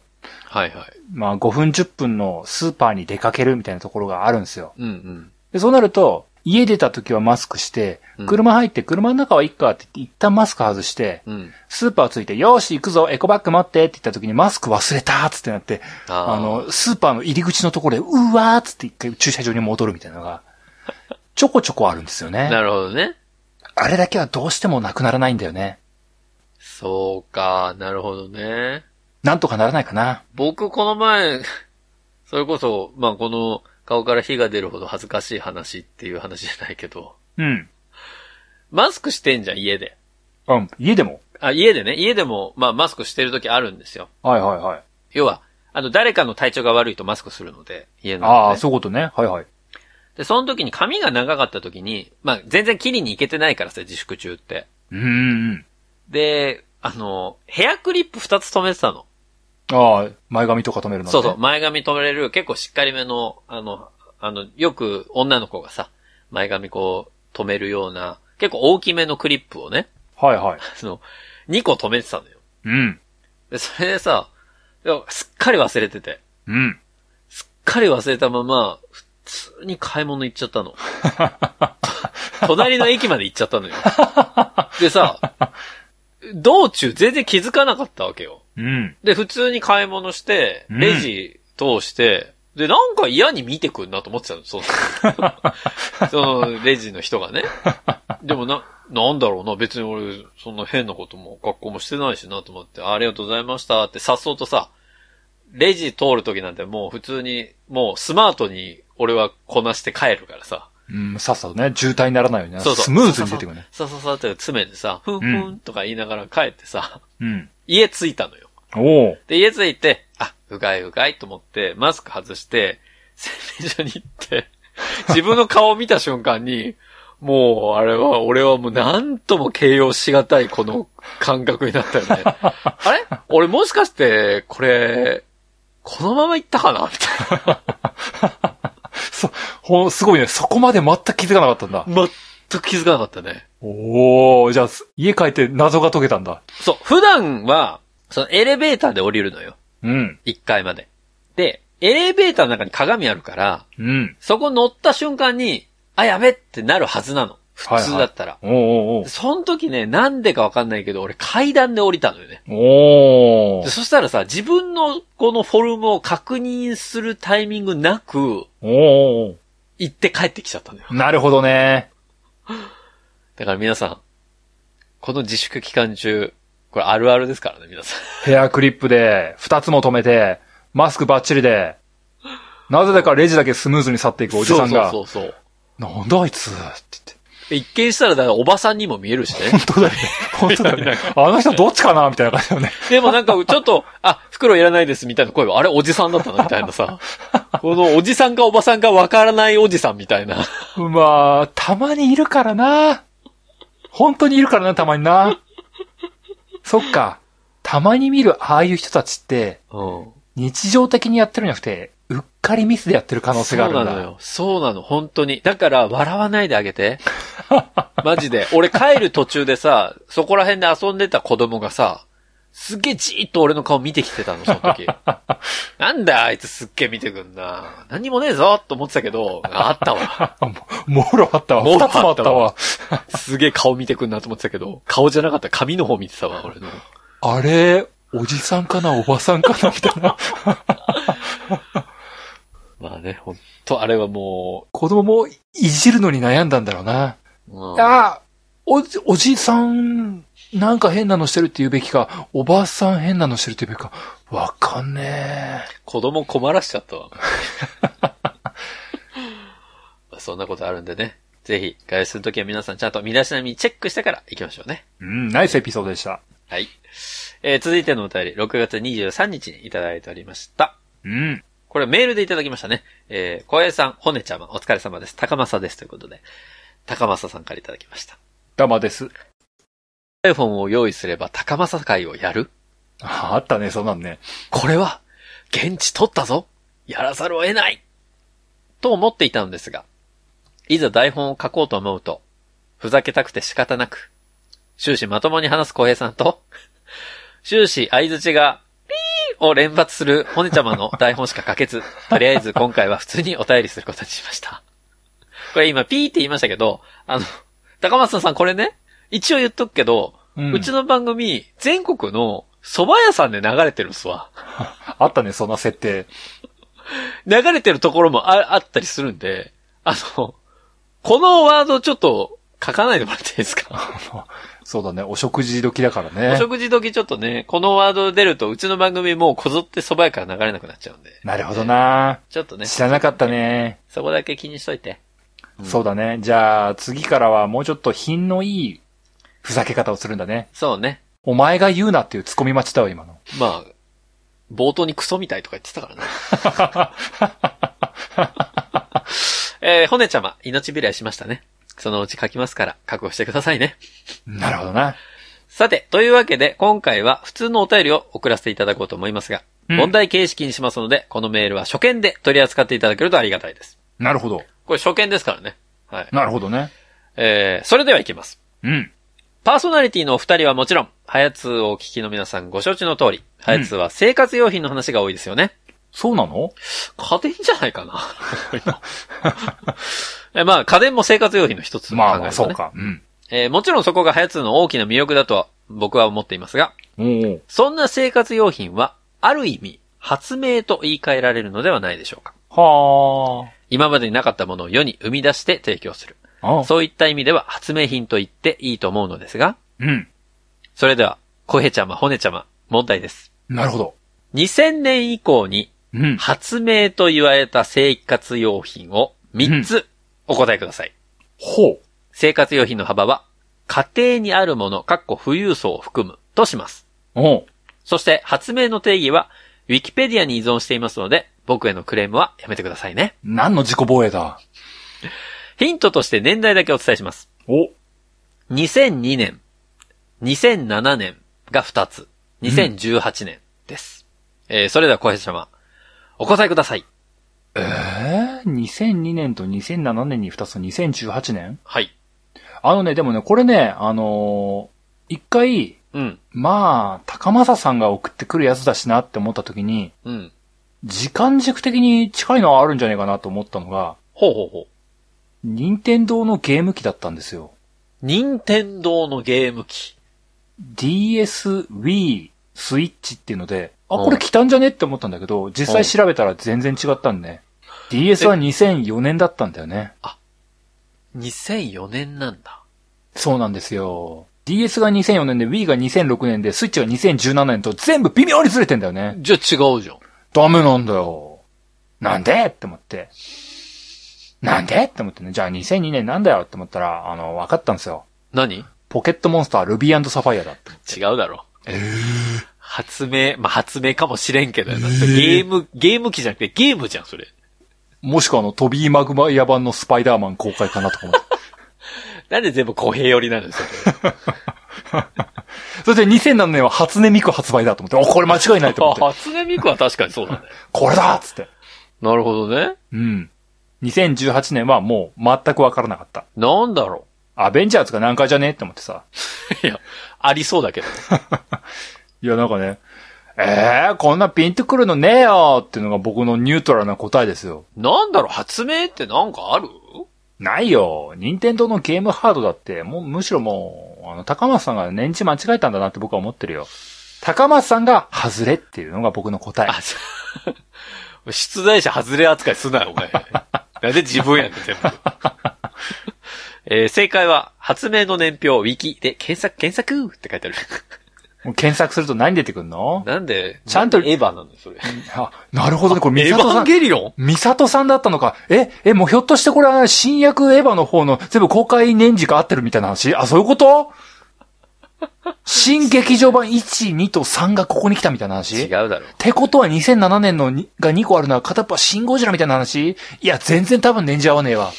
Speaker 1: はいはい。
Speaker 2: まあ5分10分のスーパーに出かけるみたいなところがあるんですよ。
Speaker 1: うんうん。
Speaker 2: で、そうなると、家出た時はマスクして
Speaker 1: うん、
Speaker 2: 車入って車の中はいっかって言って一旦マスク外して、
Speaker 1: うん。
Speaker 2: スーパーついて、よーし、行くぞ、エコバッグ持ってって言った時にマスク忘れたーっつってなって、
Speaker 1: あ
Speaker 2: あの、スーパーの入り口のところで、うわーっつって一回駐車場に戻るみたいな のが、ちょこちょこあるんですよ
Speaker 1: な
Speaker 2: ね。
Speaker 1: るほどね。
Speaker 2: あれだけはどうしてもなくならないんだよね。
Speaker 1: そうか、なるほどね。
Speaker 2: なんとかならないかな。
Speaker 1: 僕、この前、それこそ、まあ、この顔から火が出るほど恥ずかしい話っていう話じゃないけど、
Speaker 2: うん。
Speaker 1: マスクしてんじゃん、家で。
Speaker 2: うん。家でも。
Speaker 1: あ、家でね、家でも、まあ、マスクしてる時あるんですよ。
Speaker 2: はいはいはい。
Speaker 1: 要は、あの、誰かの体調が悪いとマスクするので、家の中で。
Speaker 2: ああ、そういうことね。はいはい。
Speaker 1: で、その時に髪が長かった時に、まあ、全然切りに行けてないからさ、自粛中って。
Speaker 2: うんうんうん。
Speaker 1: で、あの、ヘアクリップ二つ止めてたの。
Speaker 2: ああ、前髪とか止めるのね
Speaker 1: そうそう、。前髪止めれる、結構しっかりめの、あの、あの、よく女の子がさ、前髪こう、止めるような、結構大きめのクリップをね、
Speaker 2: はいはい。
Speaker 1: あの、2個止めてたのよ。
Speaker 2: うん。
Speaker 1: で、それでさ、いやすっかり忘れてて、
Speaker 2: うん。
Speaker 1: すっかり忘れたまま、普通に買い物行っちゃったの。隣の駅まで行っちゃったのよ。でさ、道中全然気づかなかったわけよ。
Speaker 2: うん。
Speaker 1: で、普通に買い物して、
Speaker 2: うん
Speaker 1: レジ通して、で、なんか嫌に見てくんなと思ってたの、その、 そのレジの人がね。でもな、なんだろうな、別に俺、そんな変なことも、格好もしてないしなと思って、ありがとうございましたって、さっそうとさ、レジ通る時なんてもう普通に、もうスマートに俺はこなして帰るからさ。
Speaker 2: うん、さっさとね、渋滞にならないようにね。
Speaker 1: そうそう。
Speaker 2: スムーズに出てくるね。
Speaker 1: ささささって詰めてさ、ふんふんとか言いながら帰ってさ、
Speaker 2: うん。
Speaker 1: 家着いたのよ。
Speaker 2: おお。
Speaker 1: で、家着いて、あ、うがいうがいと思って、マスク外して、洗面所に行って、自分の顔を見た瞬間に、もう、あれは、俺はもうなんとも形容しがたいこの感覚になったよね。あれ俺もしかして、これ、このまま行ったかなみたい
Speaker 2: そ、ほ、すごいね。そこまで全く気づかなかったんだ。
Speaker 1: な。全く気づかなかったね。
Speaker 2: おお、じゃあ、す家帰って謎が解けたんだ。
Speaker 1: そう、普段は、そのエレベーターで降りるのよ。
Speaker 2: うん。
Speaker 1: 1階まで。で、エレベーターの中に鏡あるから、
Speaker 2: うん。
Speaker 1: そこ乗った瞬間に、あ、やべってなるはずなの。普通だったら。
Speaker 2: おーおー
Speaker 1: その時ね、なんでかわかんないけど、俺階段で降りたのよね。
Speaker 2: おーお
Speaker 1: で
Speaker 2: ー
Speaker 1: そしたらさ、自分のこのフォルムを確認するタイミングなく、
Speaker 2: おーお
Speaker 1: 行って帰ってきちゃったのよ。
Speaker 2: ーなるほどね。
Speaker 1: だから皆さん、この自粛期間中、これあるあるですからね、皆さん。
Speaker 2: ヘアクリップで、二つも止めて、マスクバッチリで、なぜだかレジだけスムーズに去っていくおじさんが、
Speaker 1: そうそうそう
Speaker 2: なんだあいつって言って。
Speaker 1: そう。一見したら、だからおばさんにも見えるしね。
Speaker 2: 本当だよね。本当だ よね。あの人どっちかなみたいな感じだよね。
Speaker 1: でもなん か、ちょっと、あ、袋いらないですみたいな声は、あれおじさんだったなみたいな さ。このおじさんかおばさんかわからないおじさんみたいな。
Speaker 2: まあ、たまにいるからな。本当にいるからな、たまにな。そっか。たまに見るああいう人たちって、
Speaker 1: うん。
Speaker 2: 日常的にやってるんじゃなくて、うっかりミスでやってる可能性があるんだ。
Speaker 1: そうなのよ。そうなの、本当に。だから、笑わないであげ て。マジで。俺帰る途中でさ、そこら辺で遊んでた子供がさ、すっげえじーっと俺の顔見てきてたの、その 時。なんだよあいつすっげえ見てくんな。何もねえぞと思ってたけど、あったわ。
Speaker 2: あ ももろあったわ。
Speaker 1: もろあっ
Speaker 2: 二つ
Speaker 1: たわ
Speaker 2: もあったわ。
Speaker 1: すげえ顔見てくんなと思ってたけど、顔じゃなかった。髪の方見てたわ、俺の。
Speaker 2: あれ、おじさんかな、おばさんかな、みたいな。
Speaker 1: まあね、ほんと、あれはも
Speaker 2: 子供もいじるのに悩んだんだろうな。
Speaker 1: う、うん
Speaker 2: あおじ、おじさん、なんか変なのしてるって言うべきか、おばさん変なのしてるって言うべきか、わかんね
Speaker 1: 子供困らしちゃったわ。 そんなことあるんでね。ぜひ、外出するときは皆さんちゃんと身だしなみチェックしてから行きましょうね。
Speaker 2: え。うん、ナイスエピソードでした。
Speaker 1: はい。えー続いてのお便り、6月23日にいただいておりました。
Speaker 2: うん。
Speaker 1: これメールでいただきましたね。えー、小平さん、ほねちゃま、お疲れ様です。高政です。ということで、高政さんからいただきました。
Speaker 2: ダマです。
Speaker 1: iPhone を用意すれば高政会をやる
Speaker 2: ああったね、そんなんね。
Speaker 1: これは、現地取ったぞやらざるを得ないと思っていたのですが、いざ台本を書こうと思うと、ふざけたくて仕方なく、終始まともに話す小平さんと、終始相槌が、ピーを連発する骨ちゃまの台本しか書けず、とりあえず今回は普通にお便りすることにしました。これ今ピーって言いましたけど、あの、高松さんこれね、一応言っとくけど、
Speaker 2: う
Speaker 1: うんちの番組、全国の蕎麦屋さんで流れてるんすわ。
Speaker 2: あったね、そんな設定。
Speaker 1: 流れてるところもああったりするんで、あの、このワードちょっと書かないでもらっていいですか
Speaker 2: そうだね、お食事時だから
Speaker 1: お
Speaker 2: ね。
Speaker 1: 食事時ちょっとね、このワード出ると、うちの番組もうこぞって蕎麦屋から流れなくなっちゃうんで。
Speaker 2: なるほどな、
Speaker 1: ちょっとね。
Speaker 2: 知らなかった。ね。
Speaker 1: そこだけ気にしといて。うん
Speaker 2: そうだね。じゃあ、次からはもうちょっと品のいいふざけ方をするんだね。
Speaker 1: そうね。
Speaker 2: お前が言うなっていうツッコミ待ちだわ、今 の。
Speaker 1: まあ、冒頭にクソみたいとか言ってたからね。えー、骨ちゃま、命拾いしましたね。そのうち書きますから、覚悟してくださいね。
Speaker 2: なるほどな。
Speaker 1: さて、というわけで、今回は普通のお便りを送らせていただこうと思いますが、
Speaker 2: うん
Speaker 1: 問題形式にしますので、このメールは初見で取り扱っていただけるとありがたいです。
Speaker 2: なるほど。
Speaker 1: これ初見ですからね。はい。
Speaker 2: なるほどね。
Speaker 1: えー、それではいきます。
Speaker 2: うん。
Speaker 1: パーソナリティのお二人はもちろん、ハヤツーをお聞きの皆さんご承知の通り、ハヤツーは生活用品の話が多いですよね。
Speaker 2: そうなの
Speaker 1: 家電じゃないかな え。まあ、家電も生活用品の一つと考え
Speaker 2: まあ
Speaker 1: ると、ね。
Speaker 2: まあ、そうか。うん。
Speaker 1: えーもちろんそこがハヤツーの大きな魅力だとは僕は思っていますが、
Speaker 2: おー
Speaker 1: そんな生活用品は、ある意味、発明と言い換えられるのではないでしょうか。
Speaker 2: は
Speaker 1: 今までになかったものを世に生み出して提供する。
Speaker 2: あ。あ
Speaker 1: そういった意味では発明品と言っていいと思うのですが、
Speaker 2: うん。
Speaker 1: それでは、コヘちゃま、ホネちゃま、問題です。
Speaker 2: なるほど。
Speaker 1: 2000年以降に
Speaker 2: うん。
Speaker 1: 発明と言われた生活用品を3つお答えください。
Speaker 2: ほう。
Speaker 1: 生活用品の幅は、家庭にあるもの、かっこ富裕層を含むとします。
Speaker 2: おう
Speaker 1: そして発明の定義は、ウィキペディアに依存していますので、僕へのクレームはやめてくださいね。
Speaker 2: 何の自己防衛だ。
Speaker 1: ヒントとして年代だけお伝えします。
Speaker 2: お。
Speaker 1: 2002年、2007年が2つ、2018年です。えー、それでは小平様、お答えください。
Speaker 2: ええー、2002年と2007年に2つ、2018年
Speaker 1: はい。
Speaker 2: あのね、でもね、これね、あのー一回、
Speaker 1: うん、
Speaker 2: まあ、高政さんが送ってくるやつだしなって思った時に、
Speaker 1: うん。
Speaker 2: 時間軸的に近いのはあるんじゃないかなと思ったのが、
Speaker 1: ほうほうほう。
Speaker 2: 任天堂のゲーム機だったんですよ。
Speaker 1: 任天堂のゲーム機。
Speaker 2: DS、Wii、スイッチっていうので、あ、これ来たんじゃねって思ったんだけど、実際調べたら全然違ったんで、ね。DS は2004年だったんだよね。
Speaker 1: 2004年なんだ。
Speaker 2: そうなんですよ。DS が2004年で Wii が2006年で、スイッチが2017年と全部微妙にずれてんだよね。
Speaker 1: じゃあ違うじゃん。
Speaker 2: ダメなんだよ。なんでって思って。なんでって思ってね。じゃあ2002年なんだよって思ったら、あの、分かったんですよ。
Speaker 1: 何違
Speaker 2: ポケットモンスタールビーサファイアだって。
Speaker 1: うだろ。発明、まあ、発明かもしれんけど、だってゲーム、ゲーム機じゃなくてゲームじゃん、それ。
Speaker 2: もしくはあの、トビーマグマイア版のスパイダーマン公開かなとか思って。
Speaker 1: なんで全部公平寄りなんですよ。
Speaker 2: そして2007年は初音ミク発売だと思って、お、これ間違いないと 思って、
Speaker 1: 初音ミクは確かにそうだね。
Speaker 2: これだっつって。
Speaker 1: なるほどね。
Speaker 2: うん。2018年はもう全くわからなかった。
Speaker 1: なんだろ
Speaker 2: アベンジャーズが何回じゃねって思ってさ。
Speaker 1: う。 いや、ありそうだけど。
Speaker 2: いや、なんかね、えー、こんなピンとくるのねえよっていうのが僕のニュートラルな答えですよ。
Speaker 1: なんだろう、発明ってなんかある
Speaker 2: ないよ。任天堂のゲームハードだって、もう、むしろもう、あの、高松さんが年次間違えたんだなって僕は思ってるよ。高松さんが外れっていうのが僕の答え。
Speaker 1: あ、そう出題者外れ扱いすなよ、お前。なんで自分やねん、全部。えー正解は、発明の年表、ウィキで検索、検索って書いてある。
Speaker 2: もう検索すると何出てくるの
Speaker 1: なんで、
Speaker 2: ちゃんと
Speaker 1: なでエヴァなのそれ。
Speaker 2: あ、なるほどね。これ、
Speaker 1: エ
Speaker 2: ミ
Speaker 1: ヴ
Speaker 2: サト
Speaker 1: ァ
Speaker 2: さ
Speaker 1: ン
Speaker 2: ん。
Speaker 1: ゲリオン
Speaker 2: ミサトさんだったのか。え、え、もうひょっとしてこれは新薬エヴァの方の全部公開年次が合ってるみたいな話あ、そういうこと新劇場版1、2と3がここに来たみたいな話
Speaker 1: 違うだろう。
Speaker 2: ってことは2007年のにが2個あるのは片っぽはシンゴジラみたいな話いや、全然多分年次合わねえわ。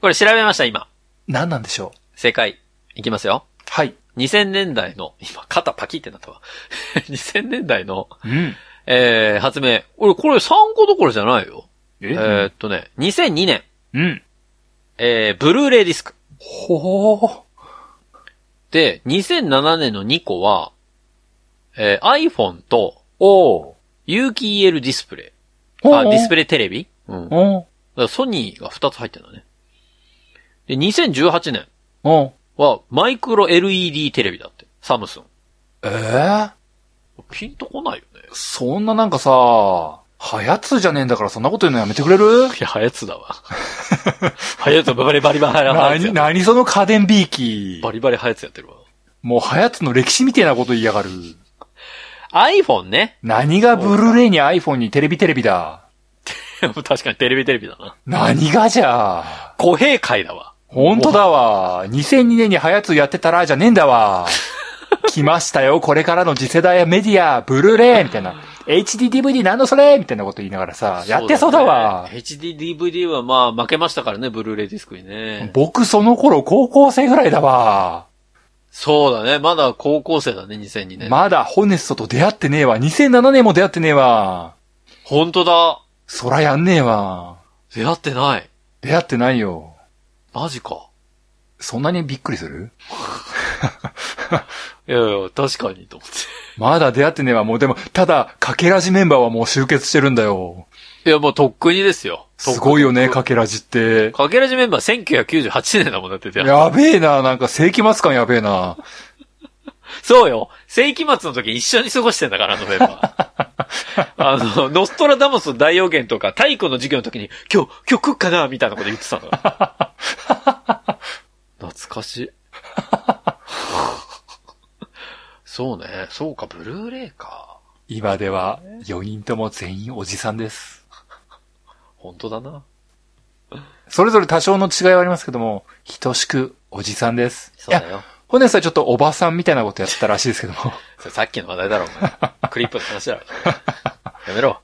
Speaker 1: これ調べました、今。
Speaker 2: 何なんでしょう
Speaker 1: 正解。いきますよ。
Speaker 2: はい。
Speaker 1: 2000年代の、今、肩パキってなったわ。2000年代の、
Speaker 2: うん。
Speaker 1: えー、発明。俺、これ3個どころじゃないよ。
Speaker 2: え
Speaker 1: えー、っとね、2002年、
Speaker 2: うん。
Speaker 1: えー、ブルーレイディスク。
Speaker 2: ほー。
Speaker 1: で、2007年の2個は、えー、iPhone と
Speaker 2: おー。
Speaker 1: 有機 EL ディスプレイ。
Speaker 2: ほ
Speaker 1: あ、ディスプ
Speaker 2: レ
Speaker 1: レイテレビうん。だか
Speaker 2: おー。
Speaker 1: らソニーが2つ入ってんだね。で、2018年
Speaker 2: おー。
Speaker 1: はマイクロ LED テレビだって。サムスン。
Speaker 2: えー
Speaker 1: ピンとこないよね。
Speaker 2: そんななんかさ、はやつじゃねえんだからそんなこと言うのやめてくれる
Speaker 1: いや、はやつだわ。ハヤトバリバリバリバリ
Speaker 2: 何、何その家電ビーキ
Speaker 1: バリバリハヤツやってるわ。
Speaker 2: もうハヤツの歴史みたいなこと言いやがる。
Speaker 1: iPhone ね。
Speaker 2: 何がブルーレイに iPhone にテレビテレビだ。
Speaker 1: 確かにテレビテレビだな。
Speaker 2: 何がじゃあ。
Speaker 1: 公平会だわ。
Speaker 2: 本当だわ。2002年にハヤツやってたらじゃねえんだ わ。来ましたよ。これからの次世代メディア、ブルーレイみたいな。HDDVD なんのそれみたいなこと言いながらさ、やってそうだわ。
Speaker 1: ね HDDVD はまあ負けましたからね、ブルーレイディスクにね。
Speaker 2: 僕その頃高校生ぐらいだわ。
Speaker 1: そうだね。まだ高校生だね、2002年。
Speaker 2: まだホネストと出会ってねえわ。2007年も出会ってねえわ。
Speaker 1: 本当だ。
Speaker 2: そらやんねえわ。
Speaker 1: 出会ってない。
Speaker 2: 出会ってないよ。
Speaker 1: マジか。
Speaker 2: そんなにびっくりする
Speaker 1: いやいや、確かにと思っ
Speaker 2: まだ出会ってねえわ。もうでも、ただ、かけらじメンバーはもう集結してるんだよ。
Speaker 1: て。いや、もうとっくにですよ。
Speaker 2: すごいよね、
Speaker 1: か、
Speaker 2: かけらじって。
Speaker 1: かけらじメンバー1998年だもんだって出会った
Speaker 2: やべえな、なんか世紀末感やべえな。
Speaker 1: そうよ。世紀末の時一緒に過ごしてんだから、あのメンバー。あの、ノストラダモスの大予言とか、太古の授業の時に、今日、今日来っかなみたいなこと言ってたの。懐かしい。そうね。そうか、ブルーレイか。
Speaker 2: 今では、4人とも全員おじさんです。
Speaker 1: 本当だな。
Speaker 2: それぞれ多少の違いはありますけども、等しくおじさんです。
Speaker 1: そうだよ。
Speaker 2: ホネストはちょっとおばさんみたいなことやってたらしいですけども。
Speaker 1: それさっきの話題だろ、お前クリップの話だろ。やめろ。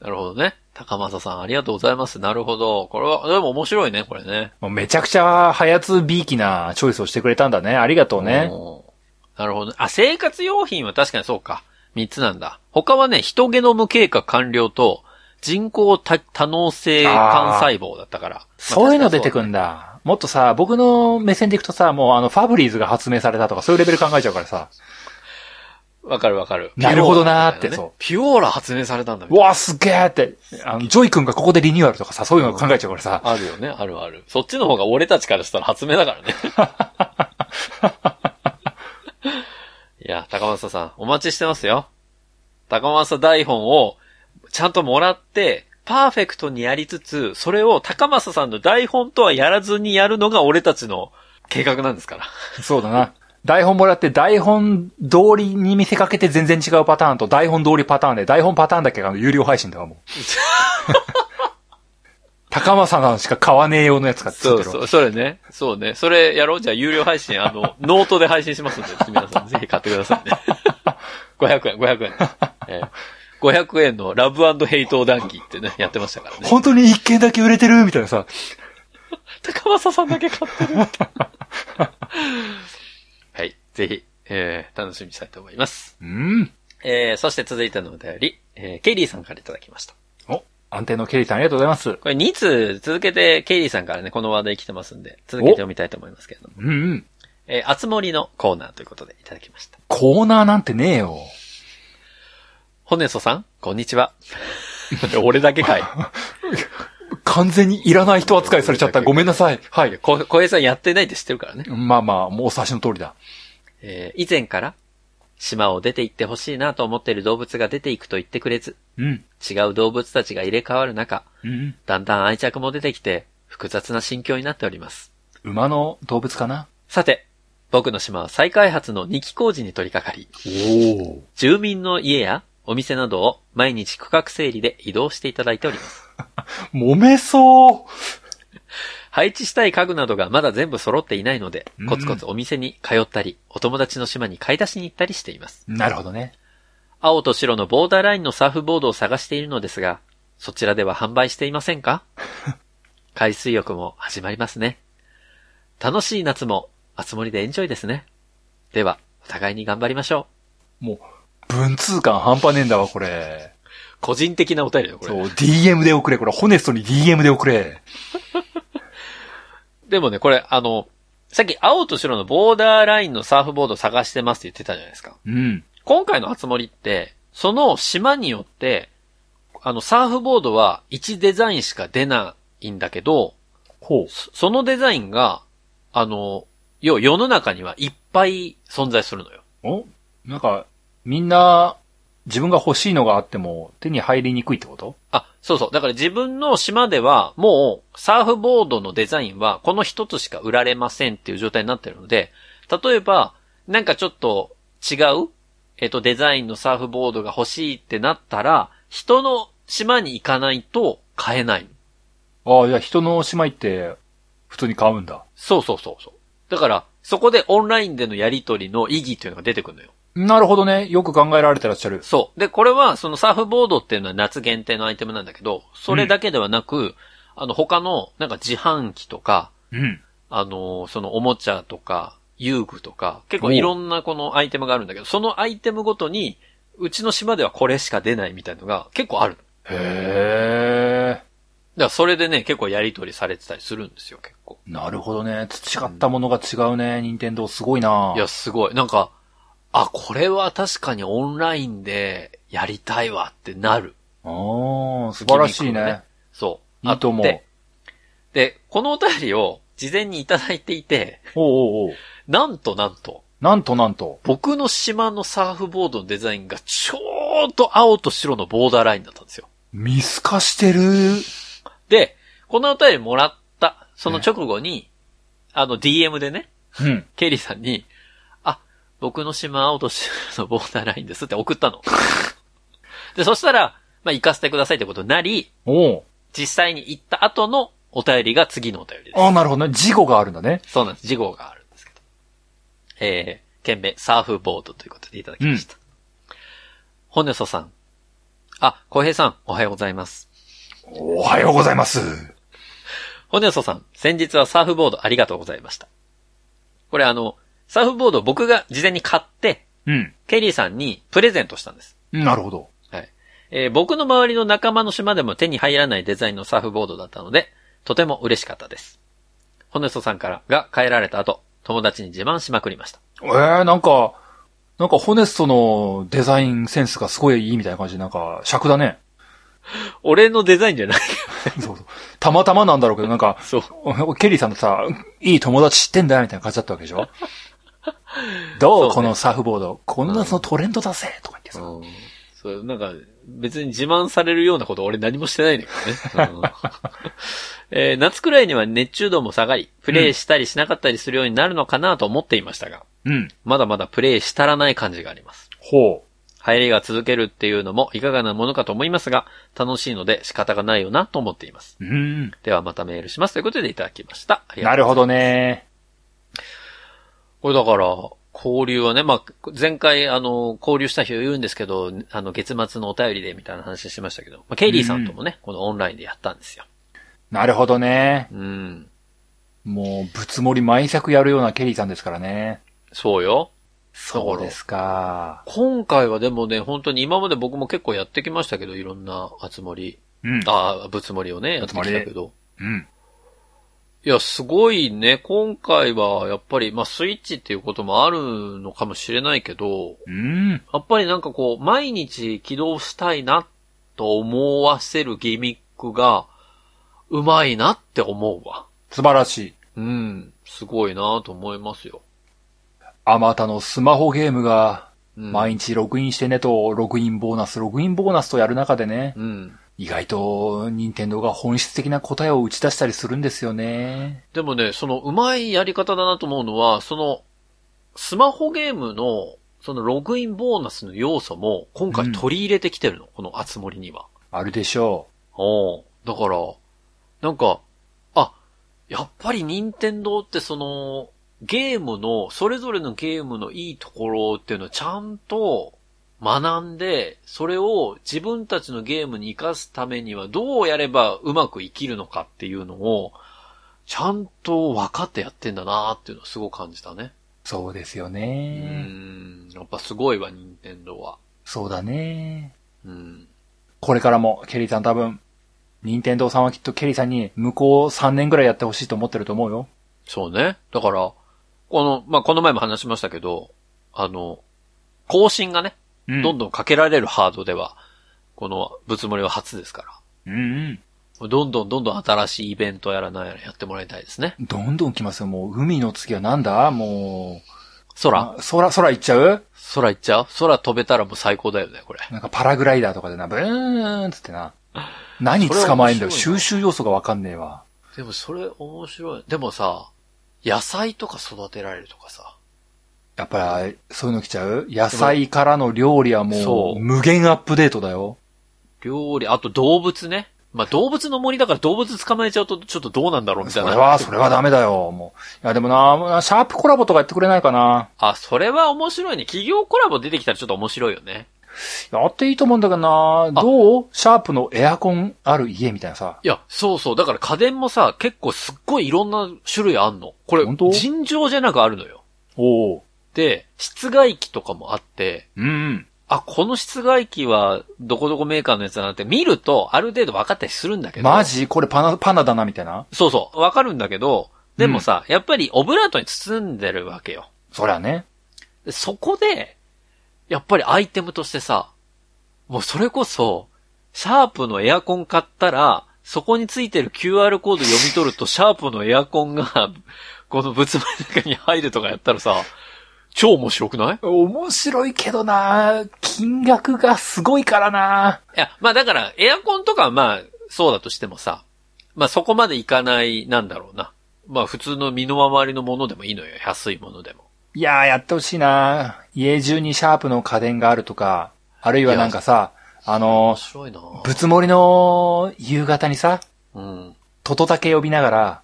Speaker 1: なるほどね。高政さん、ありがとうございます。なるほど。これは、でも面白いね、これね。
Speaker 2: もうめちゃくちゃ、はやつびいきなチョイスをしてくれたんだね。ありがとうね。
Speaker 1: うんなるほどね。あ、生活用品は確かにそうか。三つなんだ。他はね、人ゲノム計画完了と、人工多多能性幹細胞だったから。まあ
Speaker 2: そういうの出てく
Speaker 1: 確かに
Speaker 2: んだ。もっとさ、僕の目線でいくとさ、もうあの、ファブリーズが発明されたとか、そういうレベル考えちゃうからさ。
Speaker 1: そうわかるわかる。
Speaker 2: なるほどなーっ
Speaker 1: ピュオラみた
Speaker 2: て
Speaker 1: いね
Speaker 2: そう
Speaker 1: ピュオーラ発明されたんだみたい
Speaker 2: う
Speaker 1: な
Speaker 2: わあ、すげえって、あの、ジョイ君がここでリニューアルとかさ、そういうの考えちゃうからさ。
Speaker 1: あるよね、あるある。そっちの方が俺たちからしたら発明だからね。いや、高松さん、お待ちしてますよ。高松台本をちゃんともらって、パーフェクトにやりつつ、それを高松さんの台本とはやらずにやるのが俺たちの計画なんですから。
Speaker 2: そうだな。台本もらって、台本通りに見せかけて全然違うパターンと、台本通りパターンで、台本パターンだけがあの有料配信だわ、も う。高間さんしか買わねえ用のやつが作
Speaker 1: そ
Speaker 2: って
Speaker 1: う
Speaker 2: るわ
Speaker 1: そう、それね。そうね。それやろう。じゃあ、有料配信、あ の、ノートで配信しますので、皆さんぜひ買ってくださ いね。500円、500円。えー500円のラブヘイト談義ってね、やってましたからね。
Speaker 2: 本当に一件だけ売れてるみたいなさ。
Speaker 1: 高政さんだけ買ってる。 はい。ぜひ、えー楽しみにしたいと思います。
Speaker 2: うん。
Speaker 1: えーそして続いてのお便り、えーケリーさんからいただきました。
Speaker 2: お、安定のケリーさんありがとうございます。
Speaker 1: これ2通続けて、ケリーさんからね、この話題来てますんで、続けて読みたいと思いますけれども。
Speaker 2: うんうん。
Speaker 1: えー、あつ森のコーナーということでいただきました。
Speaker 2: コーナーなんてねえよ。
Speaker 1: ホネソさん、こんにちは。俺だけかい。
Speaker 2: 完全にいらない人扱いされちゃった。ごめんなさい。はい。
Speaker 1: こ小平さんやってないって知ってるからね。
Speaker 2: まあまあ、もうお察しの通りだ。
Speaker 1: えー以前から、島を出て行ってほしいなと思っている動物が出て行くと言ってくれず、
Speaker 2: うん。
Speaker 1: 違う動物たちが入れ替わる中、
Speaker 2: うん。
Speaker 1: だんだん愛着も出てきて、複雑な心境になっております。
Speaker 2: 馬の動物かな
Speaker 1: さて、僕の島は再開発の2期工事に取り掛かり、
Speaker 2: おお。
Speaker 1: 住民の家やお店などを毎日区画整理で移動していただいております。
Speaker 2: 揉めそう。
Speaker 1: 配置したい家具などがまだ全部揃っていないので
Speaker 2: うん、
Speaker 1: コツコツお店に通ったり、お友達の島に買い出しに行ったりしています。
Speaker 2: なるほどね。
Speaker 1: 青と白のボーダーラインのサーフボードを探しているのですが、そちらでは販売していません か海水浴も始まりますね。楽しい夏も、あつ森でエンジョイですね。では、お互いに頑張りましょ
Speaker 2: 文通感半端ねえんだわ、これ。
Speaker 1: う。個人的なお便りだよ、こ
Speaker 2: そ
Speaker 1: れ。
Speaker 2: う、DM で送れ、これ。ホネストに DM で送れ。
Speaker 1: でもね、これ、あの、さっき青と白のボーダーラインのサーフボードを探してますって言ってたじゃないですか。
Speaker 2: うん。
Speaker 1: 今回の集まりって、その島によって、あの、サーフボードは1デザインしか出ないんだけど、
Speaker 2: ほ
Speaker 1: そそのデザインが、あの、要は世の中にはいっぱい存在するのよ。
Speaker 2: う。おなんか、みんな、自分が欲しいのがあっても手に入りにくいってこと
Speaker 1: あ、そうそう。だから自分の島では、もう、サーフボードのデザインは、この一つしか売られませんっていう状態になってるので、例えば、なんかちょっと違う、えっと、デザインのサーフボードが欲しいってなったら、人の島に行かないと買えない。
Speaker 2: ああ、じゃあ人の島行って、普通に買うんだ。
Speaker 1: そうそうそうそう。だから、そこでオンラインでのやり取りの意義っていうのが出てくるのよ。
Speaker 2: なるほどね。よく考えられてらっしゃる。
Speaker 1: そう。で、これは、そのサーフボードっていうのは夏限定のアイテムなんだけど、それだけではなく、あの、他の、なんか自販機とか、
Speaker 2: うん。
Speaker 1: あのーそのおもちゃとか、遊具とか、結構いろんなこのアイテムがあるんだけど、そのアイテムごとに、うちの島ではこれしか出ないみたいのが結構ある。だか
Speaker 2: へえ。
Speaker 1: らそれでね、結構やり取りされてたりするんですよ、結構。
Speaker 2: なるほどね。培ったものが違うね。任天堂すごいない
Speaker 1: や、すごい。なんか、あ、これは確かにオンラインでやりたいわってなる。
Speaker 2: あー素晴らしい
Speaker 1: ギミック
Speaker 2: ね
Speaker 1: が。そう。
Speaker 2: いいと思う
Speaker 1: あってで、このお便りを事前にいただいていて、
Speaker 2: おうおうおう。
Speaker 1: なんとなんと、
Speaker 2: なんとなんと。
Speaker 1: 僕の島のサーフボードのデザインがちょうど青と白のボーダーラインだったんですよ。
Speaker 2: 見透かしてる。
Speaker 1: で、このお便りもらった、その直後に、あの DM でね、
Speaker 2: うん。
Speaker 1: ケリーさんに、あ、僕の島青と白のボーダーラインですって送ったの。で、そしたら、まあ、行かせてくださいってことになり、
Speaker 2: おう
Speaker 1: 実際に行った後のお便りが次のお便りです。
Speaker 2: ああ、なるほどね。事故があるんだね。
Speaker 1: そうなんです。事号があるんですけど。えー、件名、サーフボードということでいただきました。ほねそさん。あ、こうへいさん、おはようございます。
Speaker 2: おはようございます。
Speaker 1: ほねそさん、先日はサーフボードありがとうございました。これあの、サーフボードを僕が事前に買って、
Speaker 2: うん。
Speaker 1: ケリーさんにプレゼントしたんです。
Speaker 2: なるほど。
Speaker 1: はい。えー僕の周りの仲間の島でも手に入らないデザインのサーフボードだったので、とても嬉しかったです。ホネソさんからが帰られた後、友達に自慢しまくりました。
Speaker 2: ええー、なんか、なんかホネストのデザインセンスがすごいいいみたいな感じで、なんか尺だね。
Speaker 1: 俺のデザインじゃない。
Speaker 2: そうそう。たまたまなんだろうけど、なんか、
Speaker 1: そう。
Speaker 2: おケリーさんとさ、いい友達知ってんだよみたいな感じだったわけでし ょどう
Speaker 1: そうね
Speaker 2: このサーフボード。こんなそのトレンドだぜとか言ってさ。
Speaker 1: そう、なんか、別に自慢されるようなこと俺何もしてないんだけどね。うん えー夏くらいには熱中度も下がり、プレイしたりしなかったりするようになるのかなと思っていましたが、
Speaker 2: うん。
Speaker 1: まだまだプレイしたらない感じがあります。
Speaker 2: ほ
Speaker 1: 入りが続けるっていうのもいかがなものかと思いますが、楽しいので仕方がないよなと思っています。
Speaker 2: う。うん。
Speaker 1: ではまたメールしますということでいただきました。ありが
Speaker 2: な
Speaker 1: とう
Speaker 2: るほどね。
Speaker 1: これだから、交流はね、まあ、前回、あの、交流した人言うんですけど、あの、月末のお便りでみたいな話しましたけど、まあ、ケイリーさんともね、このオンラインでやったんですよ。
Speaker 2: なるほどね。
Speaker 1: うん。
Speaker 2: もう、ぶつもり毎作やるようなケリーさんですからね。
Speaker 1: そうよ。
Speaker 2: そうですか。
Speaker 1: 今回はでもね、本当に今まで僕も結構やってきましたけど、いろんな集まり、
Speaker 2: うん。
Speaker 1: ああ、ぶつもりをね、やってきたけど。
Speaker 2: うん。
Speaker 1: いや、すごいね。今回は、やっぱり、まあ、スイッチっていうこともあるのかもしれないけど、
Speaker 2: うん。
Speaker 1: やっぱりなんかこう、毎日起動したいな、と思わせるギミックが、うまいなって思うわ。
Speaker 2: 素晴らしい。
Speaker 1: うん。すごいなと思いますよ。
Speaker 2: あまたのスマホゲームが、
Speaker 1: うん、
Speaker 2: 毎日ログインしてねと、ログインボーナス、ログインボーナスとやる中でね、
Speaker 1: うん。
Speaker 2: 意外と、任天堂が本質的な答えを打ち出したりするんですよね。
Speaker 1: でもね、その、うまいやり方だなと思うのは、その、スマホゲームの、そのログインボーナスの要素も、今回取り入れてきてるの。この集まりには。
Speaker 2: あるでしょ
Speaker 1: おだから、なんか、あ、やっぱり任天堂ってその、ゲームの、それぞれのゲームのいいところっていうのをちゃんと学んで、それを自分たちのゲームに活かすためにはどうやればうまく生きるのかっていうのを、ちゃんと分かってやってんだなっていうのをすごく感じたね。
Speaker 2: う。そうですよ
Speaker 1: うー
Speaker 2: ね。
Speaker 1: ん。やっぱすごいわ、任天堂は。
Speaker 2: そうだね。
Speaker 1: うん。
Speaker 2: これからも、ケリーさん多分、任天堂さんはきっとケリーさんに向こう3年ぐらいやってほしいと思ってると思うよ。
Speaker 1: そうね。だから、この、まあ、この前も話しましたけど、あの、更新がね、
Speaker 2: うん
Speaker 1: どんどんかけられるハードでは、この、ぶつもりは初ですか
Speaker 2: うん
Speaker 1: ら、どんどんどんどん新しいイベントやらなんやらやってもらいたいですね。
Speaker 2: うん。どんどん来ますよ。もう、海の次はなんだもう、
Speaker 1: 空
Speaker 2: あ、空、空行っちゃう
Speaker 1: 空行っちゃう空飛べたらもう最高だよね、これ。
Speaker 2: なんかパラグライダーとかでな、ブーンっつってな。何捕まえんだよ。
Speaker 1: それ面白い
Speaker 2: 収
Speaker 1: な
Speaker 2: 集要素がわかんねえわ。
Speaker 1: でもそれ面白い。でもさ、野菜とか育てられるとかさ。
Speaker 2: やっぱり、そういうの来ちゃう野菜からの料理はも、
Speaker 1: そうう
Speaker 2: 無限アップデートだよ。
Speaker 1: 料理、あと動物ね。まあ、動物の森だから動物捕まえちゃうとちょっとどうなんだろうみた
Speaker 2: そ
Speaker 1: いな。
Speaker 2: れは、それはダメだよ、もう。いや、でもな、シャープコラボとかやってくれないかな。
Speaker 1: あ、それは面白いね。企業コラボ出てきたらちょっと面白いよね。
Speaker 2: やっていいと思うんだけどな、どうシャープのエアコンある家みたいなさ。
Speaker 1: いや、そうそう。だから家電もさ、結構すっごいいろんな種類あんの。これ
Speaker 2: 本当、
Speaker 1: 尋常じゃなくあるのよ。
Speaker 2: おお。
Speaker 1: で、室外機とかもあって、
Speaker 2: うん。
Speaker 1: あ、この室外機はどこどこメーカーのやつだなって見ると、ある程度分かったりするんだけど。
Speaker 2: マジこれパナ、パナだな、みたいな。
Speaker 1: そうそう。分かるんだけど、でもさ、やっぱりオブラートに包んでるわけよ。
Speaker 2: そりゃね。
Speaker 1: でそこで、やっぱりアイテムとしてさ、もうそれこそ、シャープのエアコン買ったら、そこについてる QR コード読み取ると、シャープのエアコンが、 この仏間の中に入るとかやったらさ、超面白くないい
Speaker 2: 面白いけどな、金額がすごいからな。
Speaker 1: や、まあだから、エアコンとかはまあ、そうだとしてもさ、まあそこまでいかない、なんだろうな。まあ普通の身の回りのものでもいいのよ。安いものでも。
Speaker 2: いやー、やってほしいな。家中にシャープの家電があるとか、あるいはなんかさ、あの
Speaker 1: 面、白いなぁ
Speaker 2: ぶつもりの夕方にさ、
Speaker 1: うん。
Speaker 2: トトだけ呼びながら、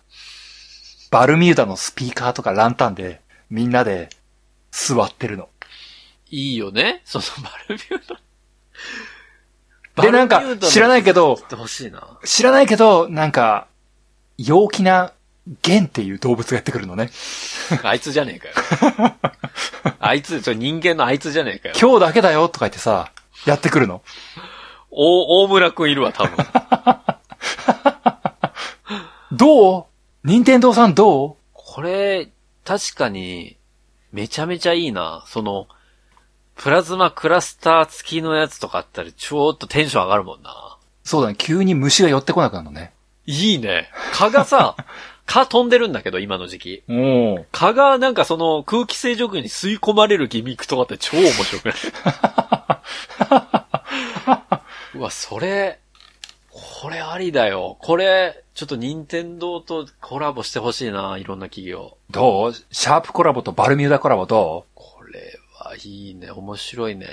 Speaker 2: バルミューダのスピーカーとかランタンで、みんなで、座ってるの。
Speaker 1: いいよね そのバルミューダ。。
Speaker 2: で、なんか、知らないいけど
Speaker 1: や、ってほしいな。
Speaker 2: 知らないけど、なんか、陽気な、ゲンっていう動物がやってくるのね。
Speaker 1: あいつじゃねえかよ。 あいつ、それ人間のあいつじゃねえかよ。
Speaker 2: 今日だけだよとか言ってさ、やってくるの。
Speaker 1: お、大村くんいるわ、 多分。
Speaker 2: どう任天堂さんど
Speaker 1: これ、確かに、めちゃめちゃいいな。その、プラズマクラスター付きのやつとかあったら、ちょっとテンション上がるもんな。
Speaker 2: うそうだね。急に虫が寄ってこなくなるのね。
Speaker 1: いいね。蚊がさ、蚊飛んでるんだけど、今の時期。
Speaker 2: おお。
Speaker 1: 蚊がなんかその空気清浄機に吸い込まれるギミックとかって超面白 くないうわ、それ、これありだよ。これ、ちょっと任天堂とコラボしてほしいな、いろんな企業。
Speaker 2: どうシャープコラボとバルミューダコラボど
Speaker 1: これはいいね、面白いね。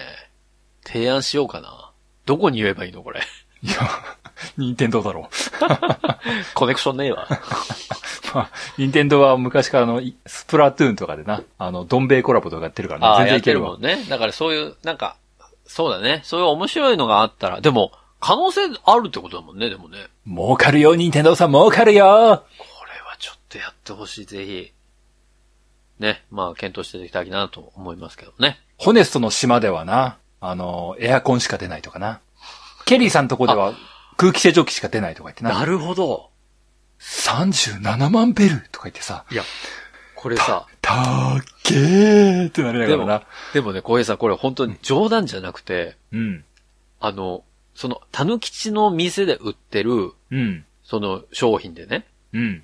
Speaker 1: 提案しようかな。どこに言えばいいのこれ。
Speaker 2: ういや、任天堂だろう。
Speaker 1: コネクションねえわ。
Speaker 2: まあ、任天堂は昔からあの、いスプラトゥーンとかでな、あの、ドンベイコラボとかやってるから
Speaker 1: ああ、
Speaker 2: ね。全然
Speaker 1: や
Speaker 2: い
Speaker 1: っ
Speaker 2: け
Speaker 1: て
Speaker 2: る
Speaker 1: る
Speaker 2: わ。
Speaker 1: もんね。だからそういう、なんか、そうだね。そういう面白いのがあったら、でも、可能性あるってことだもんね、でもね。
Speaker 2: 儲かるよ、任天堂さん、儲かるよ
Speaker 1: これはちょっとやってほしい、ぜひ。ね、まあ、検討していただきたいなと思いますけどね。
Speaker 2: ホネストの島ではな、あの、エアコンしか出ないとかな。ケリーさんとこでは空気清浄機しか出ないとか言ってな。
Speaker 1: るほど。
Speaker 2: 37万ベルとか言ってさ、
Speaker 1: いや、これさ、
Speaker 2: たっけーってなりなが
Speaker 1: で
Speaker 2: ら
Speaker 1: も
Speaker 2: な。、
Speaker 1: でもね、小平さん、これ本当に冗談じゃなくて、
Speaker 2: うん。
Speaker 1: あの、その、たぬきちの店で売ってる、
Speaker 2: うん。
Speaker 1: その商品でね、
Speaker 2: うん。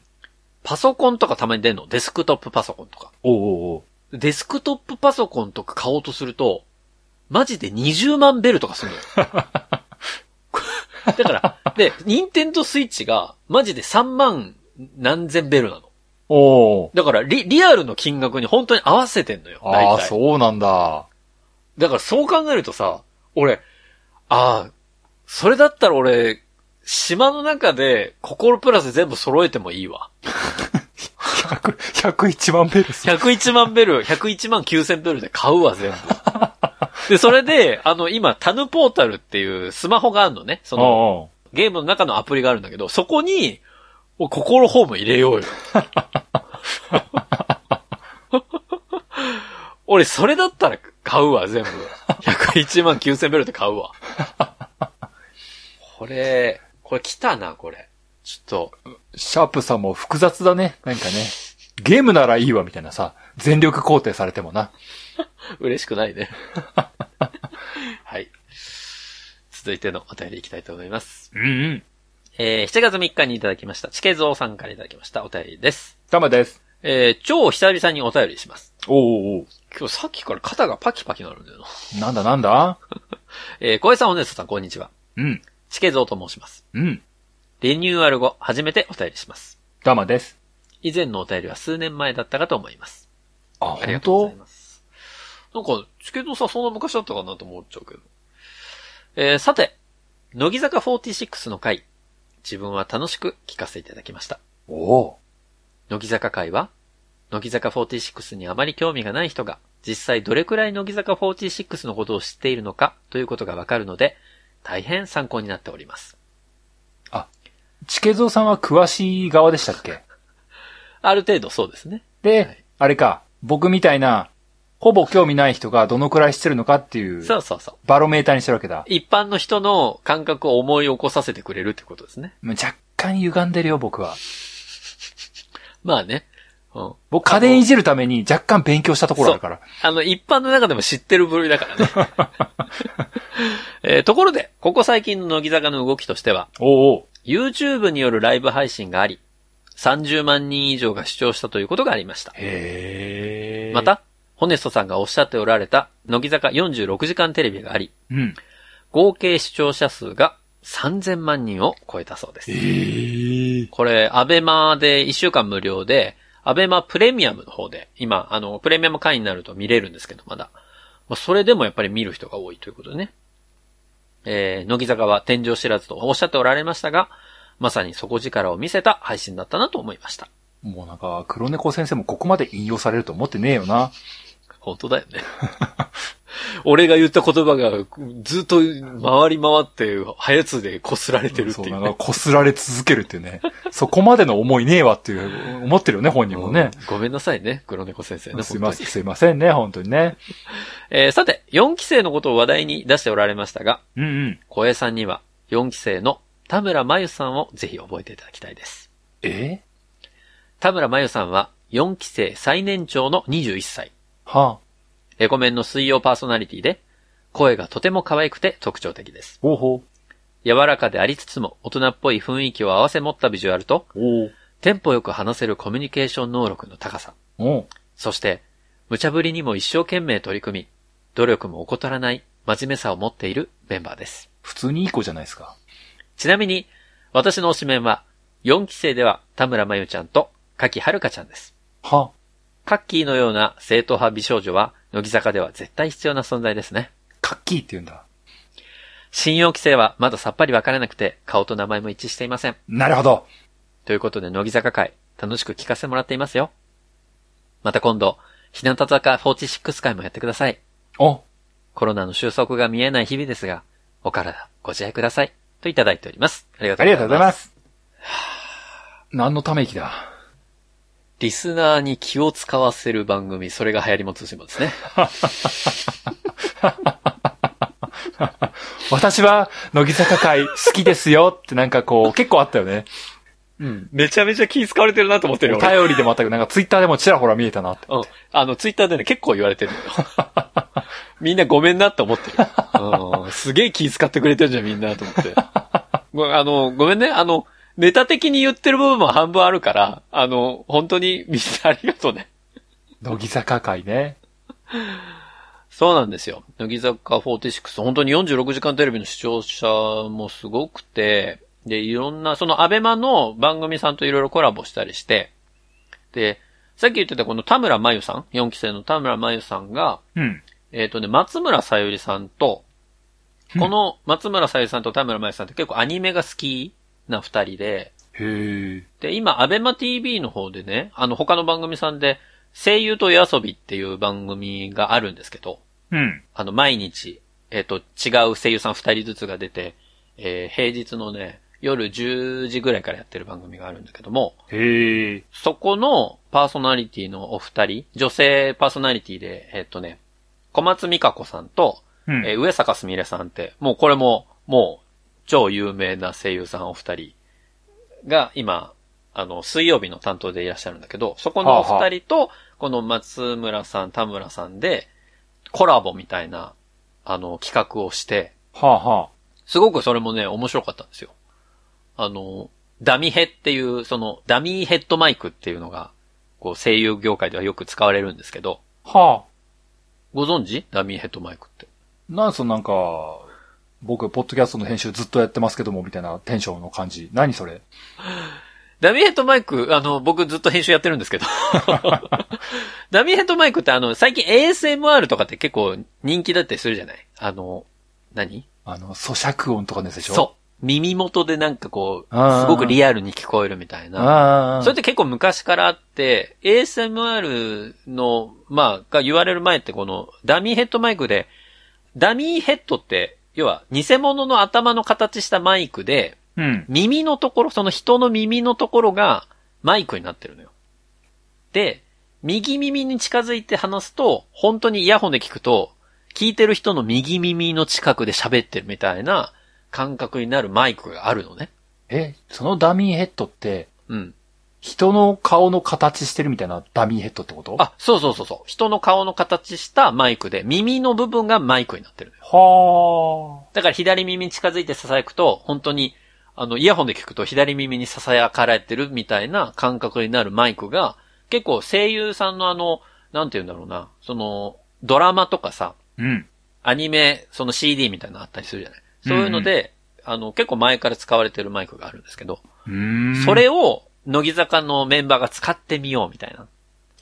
Speaker 1: パソコンとかたまに出んの。デスクトップパソコンとか。
Speaker 2: おうおうおう
Speaker 1: デスクトップパソコンとか買おうとすると、マジで20万ベルとかす るのよ。だから、で、ニンテンドスイッチが、マジで3万何千ベルなの。
Speaker 2: おう
Speaker 1: だから、リ、リアルの金額に本当に合わせてんのよ。
Speaker 2: ああ、
Speaker 1: 大体。
Speaker 2: そうなんだ。
Speaker 1: だから、そう考えるとさ、俺、ああ、それだったら俺、島の中で、心プラス全部揃えてもいいわ。
Speaker 2: 100 101万ベルス。
Speaker 1: 101万ベル、101万9000ベルで買うわ、 全部。で、それで、あの、今、タヌポータルっていうスマホがあるのね。その、
Speaker 2: おうおう
Speaker 1: ゲームの中のアプリがあるんだけど、そこに、お心ホーム入れよ うよ。俺、それだったら買うわ、全部。101万9000ベルで買う わ。これ、これ来たな、これ。ちょっと、
Speaker 2: シャープさんも複雑だね。なんかね。ゲームならいいわ、みたいなさ。全力肯定されてもな。
Speaker 1: 嬉しくないね。 はい。続いてのお便りいきたいと思います。
Speaker 2: うんうん。
Speaker 1: えー7月3日にいただきました、チケゾウさんからいただきましたお便りです。
Speaker 2: ダメです。
Speaker 1: えー超久々にお便りします。
Speaker 2: おうおうお
Speaker 1: 今日さっきから肩がパキパキなるんだよな。
Speaker 2: うなんだなんだ
Speaker 1: えー、小江さん、おねさん、こんにちは。
Speaker 2: うん。
Speaker 1: しけぞうと申します。
Speaker 2: うん。
Speaker 1: リニューアル後、初めてお便りします。
Speaker 2: どうもです。
Speaker 1: 以前のお便りは数年前だったかと思います。
Speaker 2: あ、
Speaker 1: あり
Speaker 2: 本
Speaker 1: がとうご
Speaker 2: 当
Speaker 1: ざいます。なんか、チケットさ、そんな昔だったかなと思っちゃうけど。えー、さて、乃木坂46の回、自分は楽しく聞かせていただきました。
Speaker 2: おお
Speaker 1: 乃木坂会は、乃木坂46にあまり興味がない人が、実際どれくらい乃木坂46のことを知っているのかということがわかるので、大変参考になっております。
Speaker 2: チケゾウさんは詳しい側でしたっけ
Speaker 1: ある程度そうですね。
Speaker 2: で、
Speaker 1: はい
Speaker 2: あれか、僕みたいな、ほぼ興味ない人がどのくらい知ってるのかっていう、
Speaker 1: そうそうそう。
Speaker 2: バロメーターにしてるわけだ。
Speaker 1: 一般の人の感覚を思い起こさせてくれるってことですね。
Speaker 2: もう若干歪んでるよ、僕は。
Speaker 1: まあね。うん。
Speaker 2: 僕、家電いじるために若干勉強したところあるから。
Speaker 1: あの、一般の中でも知ってる部類だからね。えーところで、ここ最近の乃木坂の動きとしては、
Speaker 2: おうおう
Speaker 1: YouTube によるライブ配信があり、30万人以上が視聴したということがありました。
Speaker 2: へえ。
Speaker 1: また、ホネストさんがおっしゃっておられた、乃木坂46時間テレビがあり、
Speaker 2: うん。
Speaker 1: 合計視聴者数が3000万人を超えたそうです。
Speaker 2: へえ。
Speaker 1: これ、アベマで1週間無料で、アベマプレミアムの方で、今、あの、プレミアム会員になると見れるんですけど、まだ。まあ、それでもやっぱり見る人が多いということでね。えー、乃木坂は天井知らずとおっしゃっておられましたが、まさに底力を見せた配信だったなと思いました。
Speaker 2: もうなんか、黒猫先生もここまで引用されると思ってねえよな。
Speaker 1: 本当だよ ね。俺が言った言葉がずっと回り回って、早つで擦られてるって
Speaker 2: そ、
Speaker 1: いうう、
Speaker 2: なん
Speaker 1: ね。
Speaker 2: か、こすられ続けるっていうね。 そこまでの思いねえわっていう、思ってるよね、本人もね。
Speaker 1: うんごめんなさいね、黒猫先生ね。
Speaker 2: すいま
Speaker 1: 本
Speaker 2: せ
Speaker 1: 当
Speaker 2: ん、
Speaker 1: に
Speaker 2: すいませんね、本当にね。
Speaker 1: えーさて、4期生のことを話題に出しておられましたが、
Speaker 2: うんうん。
Speaker 1: 小江さんには4期生の田村真由さんをぜひ覚えていただきたいです。
Speaker 2: え
Speaker 1: 田村真由さんは4期生最年長の21歳。
Speaker 2: はあ。
Speaker 1: レコメンの水曜パーソナリティで、声がとても可愛くて特徴的です。
Speaker 2: おうほ
Speaker 1: 柔らかでありつつも大人っぽい雰囲気を合わせ持ったビジュアルと、
Speaker 2: う。おう。
Speaker 1: テンポよく話せるコミュニケーション能力の高さ、
Speaker 2: おう。
Speaker 1: そして、無茶ぶりにも一生懸命取り組み、努力も怠らない真面目さを持っているメンバーです。
Speaker 2: 普通にいい子じゃないですか。
Speaker 1: ちなみに、私の推しメンは、4期生では田村真由ちゃんと柿遥香ちゃんです。
Speaker 2: は
Speaker 1: カッキーのような正統派美少女は、乃木坂では絶対必要な存在ですね。
Speaker 2: あ。カッキーって言うんだ。
Speaker 1: 新4期生はまださっぱりわからなくて、顔と名前も一致していません。
Speaker 2: なるほど。
Speaker 1: ということで、乃木坂会、楽しく聞かせてもらっていますよ。また今度、日向坂46会もやってください。
Speaker 2: お、
Speaker 1: コロナの収束が見えない日々ですが、お体ご自愛ください。といただいております。ありがと
Speaker 2: あ
Speaker 1: う
Speaker 2: り
Speaker 1: ござ
Speaker 2: がとう
Speaker 1: い
Speaker 2: ござい
Speaker 1: ます。
Speaker 2: ます。何のため息だ。
Speaker 1: リスナーに気を使わせる番組、それが流行りも通信簿ですね。
Speaker 2: 私は、乃木坂会好きですよってなんかこう、結構あったよね。
Speaker 1: うん。 めちゃめちゃ気使われてるなと思ってる
Speaker 2: お
Speaker 1: よ。俺
Speaker 2: 便りでもあったけど、なんかツイッターでもちらほら見えたなって。
Speaker 1: うん。あの、ツイッターでね、結構言われて るのよ。みんなごめんなって思ってる。うん。すげえ気使ってくれてるじゃん、みんなと思 って。ごあの、ごめんね。あの、ネタ的に言ってる部分も半分あるから、あの、本当にみんなありがとうね。
Speaker 2: 乃木坂会ね。
Speaker 1: そうなんですよ。乃木坂46、本当に46時間テレビの視聴者もすごくて、で、いろんな、そのアベマの番組さんといろいろコラボしたりして、で、さっき言ってたこの田村真由さん、4期生の田村真由さんが、
Speaker 2: うん。
Speaker 1: えっ、とね、松村さゆりさんと、
Speaker 2: うん
Speaker 1: この松村さゆりさんと田村真由さんって結構アニメが好きな二人で、
Speaker 2: へえ。
Speaker 1: で、今、アベマ TV の方でね、あの、他の番組さんで、声優と夜遊びっていう番組があるんですけど、
Speaker 2: うん。
Speaker 1: あの、毎日、えっ、と、違う声優さん二人ずつが出て、えー平日のね、夜10時ぐらいからやってる番組があるんだけども、
Speaker 2: へえ。
Speaker 1: そこのパーソナリティのお二人、女性パーソナリティで、えっ、とね、小松美香子さんと、
Speaker 2: うん。
Speaker 1: えー上坂すみれさんって、もうこれも、もう、超有名な声優さんお二人が今、あの、水曜日の担当でいらっしゃるんだけど、そこのお二人と、この松村さん、田村さんで、コラボみたいな、あの、企画をして、
Speaker 2: はあは
Speaker 1: すごくそれもね、面白かったんですよ。あの、ダミヘっていう、その、ダミーヘッドマイクっていうのが、こう、声優業界ではよく使われるんですけど、
Speaker 2: あ。はあ。
Speaker 1: ご存知ダミーヘッドマイクって。
Speaker 2: なんそのなんか、僕、ポッドキャストの編集ずっとやってますけども、みたいなテンションの感じ。何それ
Speaker 1: ダミーヘッドマイク、あの、僕ずっと編集やってるんです けど。ダミーヘッドマイクってあの、最近 ASMR とかって結構人気だったりするじゃないあの、何
Speaker 2: あの、咀嚼音とかのやつでしょ
Speaker 1: そう。耳元でなんかこう、
Speaker 2: あー
Speaker 1: すごくリアルに聞こえるみたいな。
Speaker 2: ああ。
Speaker 1: それって結構昔からあって、ASMR の、まあ、が言われる前ってこの、ダミーヘッドマイクで、ダミーヘッドって、要は、偽物の頭の形したマイクで、
Speaker 2: うん。
Speaker 1: 耳のところ、その人の耳のところがマイクになってるのよ。で、右耳に近づいて話すと、本当にイヤホンで聞くと、聞いてる人の右耳の近くで喋ってるみたいな感覚になるマイクがあるのね。
Speaker 2: え、そのダミーヘッドって、
Speaker 1: うん。
Speaker 2: 人の顔の形してるみたいなダミーヘッドってこと、
Speaker 1: あ、そうそうそうそう。人の顔の形したマイクで、耳の部分がマイクになってるのよ。
Speaker 2: は
Speaker 1: だから左耳に近づいて囁くと、本当に、あの、イヤホンで聞くと左耳に囁かれてるみたいな感覚になるマイクが、結構声優さんのあの、なんて言うんだろうな、その、ドラマとかさ、
Speaker 2: あ。うん。
Speaker 1: アニメ、その CD みたいなのあったりするじゃないそういうので、あの、結構前から使われてるマイクがあるんですけど、
Speaker 2: うーん。
Speaker 1: それを、乃木坂のメンバーが使ってみようみたいな。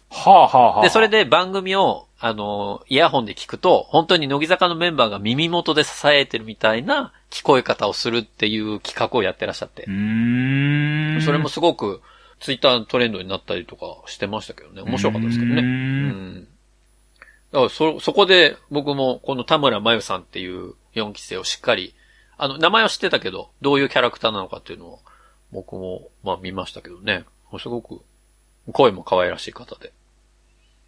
Speaker 2: はあはあはあ。
Speaker 1: で、それで番組を、あの、イヤホンで聞くと、本当に乃木坂のメンバーが耳元で支えてるみたいな聞こえ方をするっていう企画をやってらっしゃって
Speaker 2: う。ーん。
Speaker 1: それもすごく、ツイッターのトレンドになったりとかしてましたけどね。面白かったですけど
Speaker 2: う
Speaker 1: ね。
Speaker 2: ー
Speaker 1: うんん。だから、そ、そこで僕もこの田村真由さんっていう4期生をしっかり、あの、名前は知ってたけど、どういうキャラクターなのかっていうのを、僕も、まあ見ましたけどね。すごく、声も可愛らしい方で。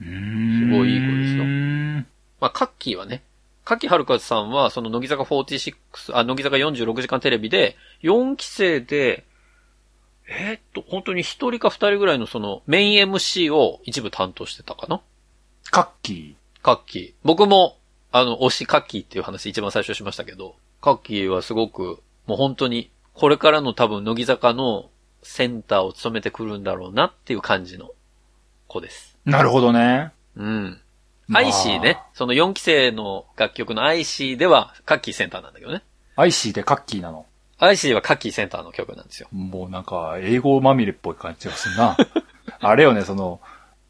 Speaker 2: うーん
Speaker 1: すごいいい子ですよ
Speaker 2: よ。
Speaker 1: まあ、カッキーはね、カッキーはるかさんは、その、乃木坂46、あ、乃木坂46時間テレビで、4期生で、えーっと、本当に1人か2人ぐらいのその、メイン MC を一部担当してたかな
Speaker 2: カッキ
Speaker 1: カッキー。僕も、あの、推しカッキーっていう話一番最初しましたけど、カッキーはすごく、もう本当に、これからの多分、乃木坂のセンターを務めてくるんだろうなっていう感じの子です。
Speaker 2: ー。なるほどね。
Speaker 1: うん。
Speaker 2: まあ
Speaker 1: アイシーね。その4期生の楽曲のアイシーではカッキーセンターなんだけどね。
Speaker 2: アイシーでカッキーなの。
Speaker 1: アイシーはカッキーセンターの曲なんですよ。
Speaker 2: もうなんか、英語まみれっぽい感じがす るな。あれよね、その、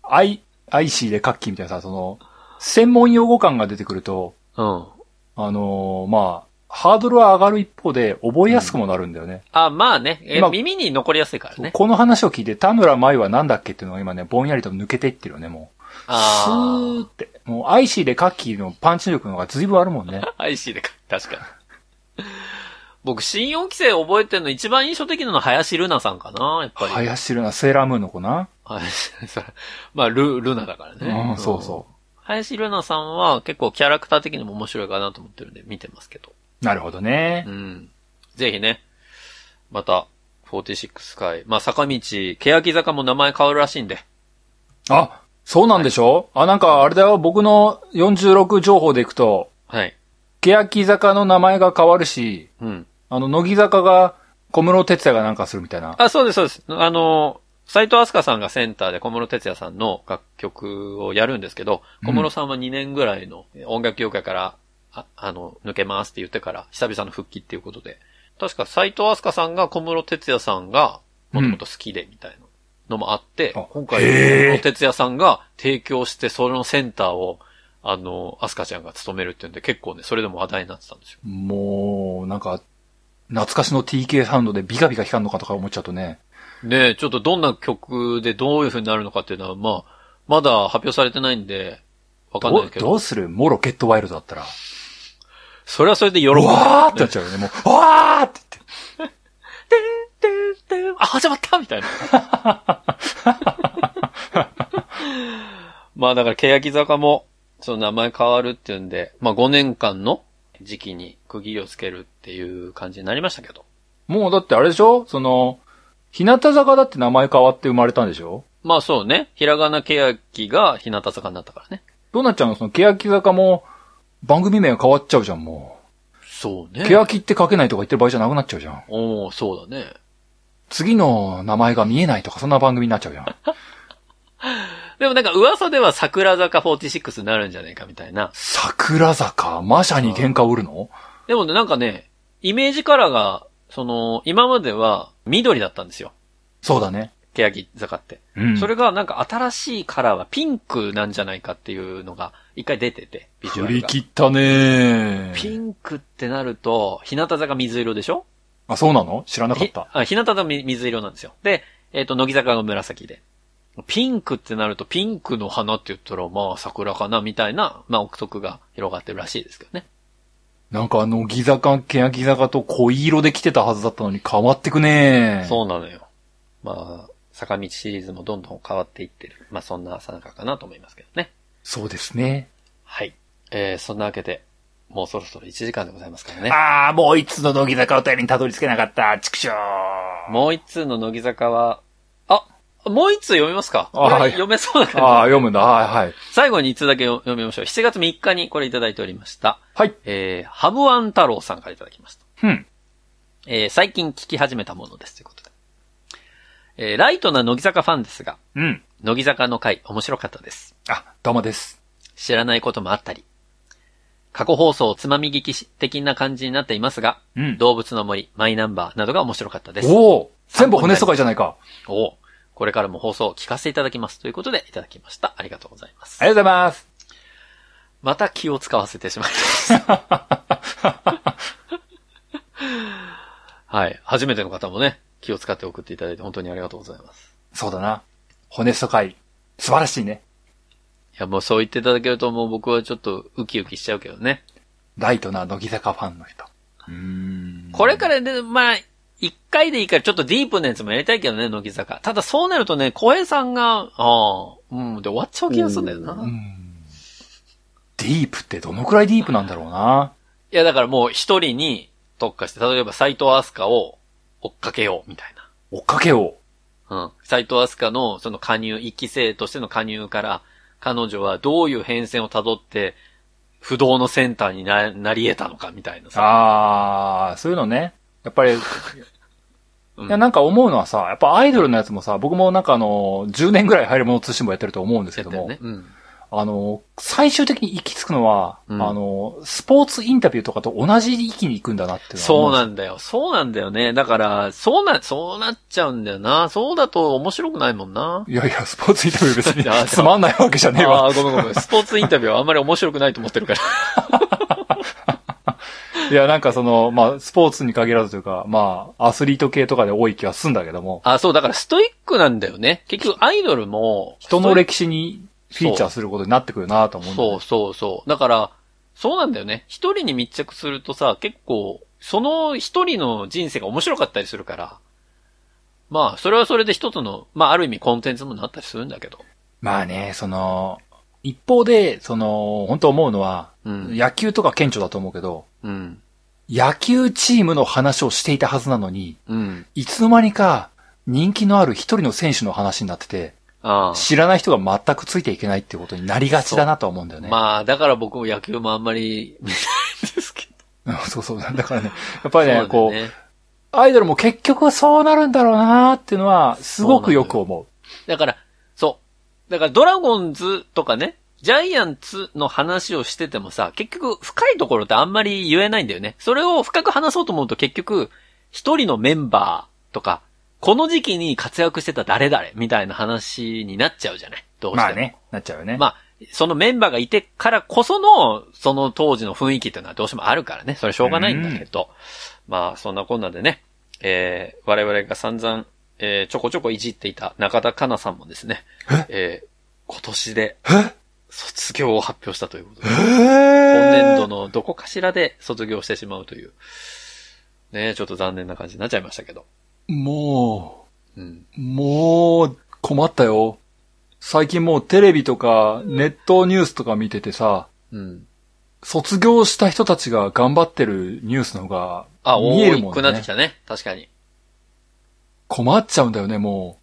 Speaker 2: アイ、アイシーでカッキーみたいなさ、その、専門用語感が出てくると、
Speaker 1: うん。
Speaker 2: あのーまあ、ハードルは上がる一方で、覚えやすくもなるんだよね。
Speaker 1: あ、まあね。え
Speaker 2: 今
Speaker 1: 耳に残りやすいからね。
Speaker 2: この話を聞いて、田村舞はなんだっけっていうのが今ね、ぼんやりと抜けていってるよね、もう。スー
Speaker 1: あ
Speaker 2: って。もう、アイシーでカッキーのパンチ力の方が随分あるもんね。
Speaker 1: あ。アイシーでカッ確かに。僕、新4期生覚えてるの一番印象的なのは林ルナさんかな、やっぱり。
Speaker 2: 林るな、セーラームーンの子な。
Speaker 1: 林 それまあ、ル、ルナだからね。。
Speaker 2: うん、そうそう
Speaker 1: 林ルナさんは結構キャラクター的にも面白いかなと思ってるんで見てますけど。
Speaker 2: う。なるほどね
Speaker 1: う。ん。ぜひね、また、46回。まあ、坂道、欅坂も名前変わるらしいんで。
Speaker 2: あ、そうなんでしょ、あ、なんかあれだよ、僕の46情報でいくと、
Speaker 1: はい。
Speaker 2: 欅坂の名前が変わるし、
Speaker 1: うん。
Speaker 2: あの、乃木坂が小室哲也がなんかするみたいな。
Speaker 1: あ、そうです、そうです。あの、斉藤飛鳥さんがセンターで小室哲也さんの楽曲をやるんですけど、小室さんは2年ぐらいの音楽業界から、ああの、抜けますって言ってから、久々の復帰っていうことで。確か斉藤飛鳥さんが小室哲也さんが、もともと好きでみたいなのもあって、
Speaker 2: あ
Speaker 1: 今回、
Speaker 2: へー
Speaker 1: 小室哲也さんが提供して、そのセンターを、あの、飛鳥ちゃんが務めるっていうんで、結構ね、それでも話題になってたんですよ。
Speaker 2: もう、なんか、懐かしの TK サウンドでビカビカ光るのかとか思っちゃうとね。
Speaker 1: ねえ、ちょっとどんな曲でどういう風になるのかっていうのは、まあ、まだ発表されてないんで、わかんない
Speaker 2: ど
Speaker 1: ですけ
Speaker 2: ど
Speaker 1: ど、
Speaker 2: うするもろケットワイルドだったら。
Speaker 1: それはそれで喜ぶ。
Speaker 2: わーってなっちゃうよね。もう、わーって言って。
Speaker 1: てんてんてんあ、始まったみ たいな。まあだから、欅坂も、その名前変わるっていうんで、まあ5年間の時期に釘をつけるっていう感じになりましたけど。
Speaker 2: もうだってあれでしょその、日向坂だって名前変わって生まれたんでしょ
Speaker 1: まあそうね、ひらがな欅が日向坂になったからね。
Speaker 2: どうなっちゃうのその、欅坂も、番組名が変わっちゃうじゃん、もう。
Speaker 1: そうね。
Speaker 2: 欅って書けないとか言ってる場合じゃなくなっちゃうじゃん。
Speaker 1: おおそうだね。
Speaker 2: 次の名前が見えないとか、そんな番組になっちゃうじゃん。
Speaker 1: でもなんか噂では桜坂46になるんじゃないかみたいな。
Speaker 2: 桜坂、マシャに喧嘩売るの
Speaker 1: でもね、なんかね、イメージカラーが、その、今までは緑だったんですよ。
Speaker 2: そうだね。
Speaker 1: 欅坂って。
Speaker 2: うん。
Speaker 1: それがなんか新しいカラーはピンクなんじゃないかっていうのが一回出てて、ビジュア
Speaker 2: 振
Speaker 1: ル
Speaker 2: り
Speaker 1: が。
Speaker 2: 切ったね
Speaker 1: ピンクってなると、日向坂水色でしょ
Speaker 2: あ、そうなの知らなかっ
Speaker 1: ひ
Speaker 2: た。
Speaker 1: あ日向坂み水色なんですよ。で、えっ、と、乃木坂が紫で。ピンクってなると、ピンクの花って言ったら、まあ、桜かな、みたいな、まあ、憶測が広がってるらしいですけどね。
Speaker 2: なんかあの、ギザか、ケヤギザかと濃い色で来てたはずだったのに変わってくね
Speaker 1: そうなのよ。まあ、坂道シリーズもどんどん変わっていってる。まあ、そんなさなかかなと思いますけどね。
Speaker 2: そうですね。
Speaker 1: はい。えー、そんなわけで、もうそろそろ1時間でございますからね。
Speaker 2: あー、もういつの乃木坂お便りにたどり着けなかった。ちくしょう。
Speaker 1: もう一通の乃木坂は、あ、もう一通読みますか
Speaker 2: あ
Speaker 1: これ
Speaker 2: はい
Speaker 1: 読めそうだから、
Speaker 2: あー、読むんだ。はい、はい。
Speaker 1: 最後に一通だけ読みましょう。7月3日にこれいただいておりました。
Speaker 2: はい。
Speaker 1: えー、ハブワン太郎さんからいただきました。
Speaker 2: うん。
Speaker 1: えー、最近聞き始めたものですということで。えー、ライトな乃木坂ファンですが、
Speaker 2: うん。
Speaker 1: 乃木坂の回面白かったです。
Speaker 2: あ、どうもです。
Speaker 1: 知らないこともあったり。過去放送つまみ聞き的な感じになっていますが、
Speaker 2: うん。
Speaker 1: 動物の森、マイナンバーなどが面白かったです。
Speaker 2: おー、全部骨疎開じゃないか。
Speaker 1: おおこれからも放送を聞かせていただきます。ということで、いただきました。ありがとうございます
Speaker 2: あ。りがとうござい ます。
Speaker 1: また気を使わせてしまいました。はい。初めての方もね、気を使って送っていただいて本当にありがとうございます。
Speaker 2: そうだな。骨疎開。素晴らしいね。
Speaker 1: いや、もうそう言っていただけるともう僕はちょっとウキウキしちゃうけどね。
Speaker 2: ライトな乃木坂ファンの人。うーん
Speaker 1: これからね、まあ、一回でいいからちょっとディープなやつもやりたいけどね、乃木坂。ただそうなるとね、小平さんが、ああ、うん、で終わっちゃう気がするんだよな。
Speaker 2: う
Speaker 1: い
Speaker 2: んディープってどのくらいディープなんだろうな。
Speaker 1: や、だからもう一人に特化して、例えば斎藤飛鳥を追っかけよう、みたいな。
Speaker 2: 追っかけを。
Speaker 1: うん。斎藤飛鳥のその加入、一期生としての加入から、彼女はどういう変遷をたどって、不動のセンターにななり得たのかみたいなさ。
Speaker 2: あー、そういうのね。やっぱり、い
Speaker 1: うん
Speaker 2: やなんか思うのはさ、やっぱアイドルのやつもさ、僕もなんかあの、10年ぐらい入るもの通信もやってると思うんですけど
Speaker 1: やっ
Speaker 2: も、
Speaker 1: たよね。うん。
Speaker 2: あの、最終的に行き着くのは、
Speaker 1: うん
Speaker 2: あの、スポーツインタビューとかと同じ域に行くんだなっていのは
Speaker 1: そ
Speaker 2: 思
Speaker 1: う
Speaker 2: です
Speaker 1: なんだよ。そうなんだよね。だから、そうな、そうなっちゃうんだよな。そうだと面白くないもんな。
Speaker 2: いやいや、スポーツインタビュー別
Speaker 1: あ
Speaker 2: につまんないわけじゃねえわ。
Speaker 1: ああ、ごめんごめん。スポーツインタビューはあんまり面白くないと思ってるから。
Speaker 2: いや、なんかその、まあ、スポーツに限らずというか、まあ、アスリート系とかで多い気はすんだけども、
Speaker 1: あそう、だからストイックなんだよね。結局アイドルも、
Speaker 2: 人の歴史にフィーチャーすることになってくるなと思うんだよ
Speaker 1: そ
Speaker 2: ね
Speaker 1: うそうそう。だから、そうなんだよね。一人に密着するとさ、結構、その一人の人生が面白かったりするから、まあ、それはそれで一つの、まあ、ある意味コンテンツもなったりするんだけど。
Speaker 2: まあね、その、一方で、その、本当思うのは、
Speaker 1: うん。
Speaker 2: 野球とか顕著だと思うけど、
Speaker 1: うん。
Speaker 2: 野球チームの話をしていたはずなのに、
Speaker 1: うん。
Speaker 2: いつの間にか人気のある一人の選手の話になってて、
Speaker 1: ああ。
Speaker 2: 知らない人が全くついていけないっていうことになりがちだなとは思うんだよね。
Speaker 1: まあ、だから僕も野球もあんまり見ないんですけど。
Speaker 2: そうそう。だからね、やっぱりね、
Speaker 1: そうなん
Speaker 2: こう
Speaker 1: だ、よね
Speaker 2: アイドルも結局はそうなるんだろうなーっていうのは、すごくよく思う。
Speaker 1: だから、そう。だからドラゴンズとかね、ジャイアンツの話をしててもさ、結局深いところってあんまり言えないんだよね。それを深く話そうと思うと結局、一人のメンバーとか、この時期に活躍してた誰々みたいな話になっちゃうじゃない。どうしても。
Speaker 2: まあね、なっちゃうよね。
Speaker 1: まあ、そのメンバーがいてからこその、その当時の雰囲気っていうのはどうしてもあるからね。それしょうがないんだけど。まあ、そんなこんなでね、えー、我々が散々、えー、ちょこちょこいじっていた中田香奈さんもですね、えー、今年で、卒業を発表したということで、
Speaker 2: え
Speaker 1: 今
Speaker 2: ー
Speaker 1: 年度のどこかしらで卒業してしまうという、ねちょっと残念な感じになっちゃいましたけど。
Speaker 2: も
Speaker 1: うん。
Speaker 2: う、もう、困ったよ。最近もうテレビとか、ネットニュースとか見ててさ、
Speaker 1: うん。
Speaker 2: 卒業した人たちが頑張ってるニュースの方が、
Speaker 1: あ、
Speaker 2: 見えるも
Speaker 1: 多
Speaker 2: ん
Speaker 1: く
Speaker 2: ね
Speaker 1: なってきたね。確かに。
Speaker 2: 困っちゃうんだよね、も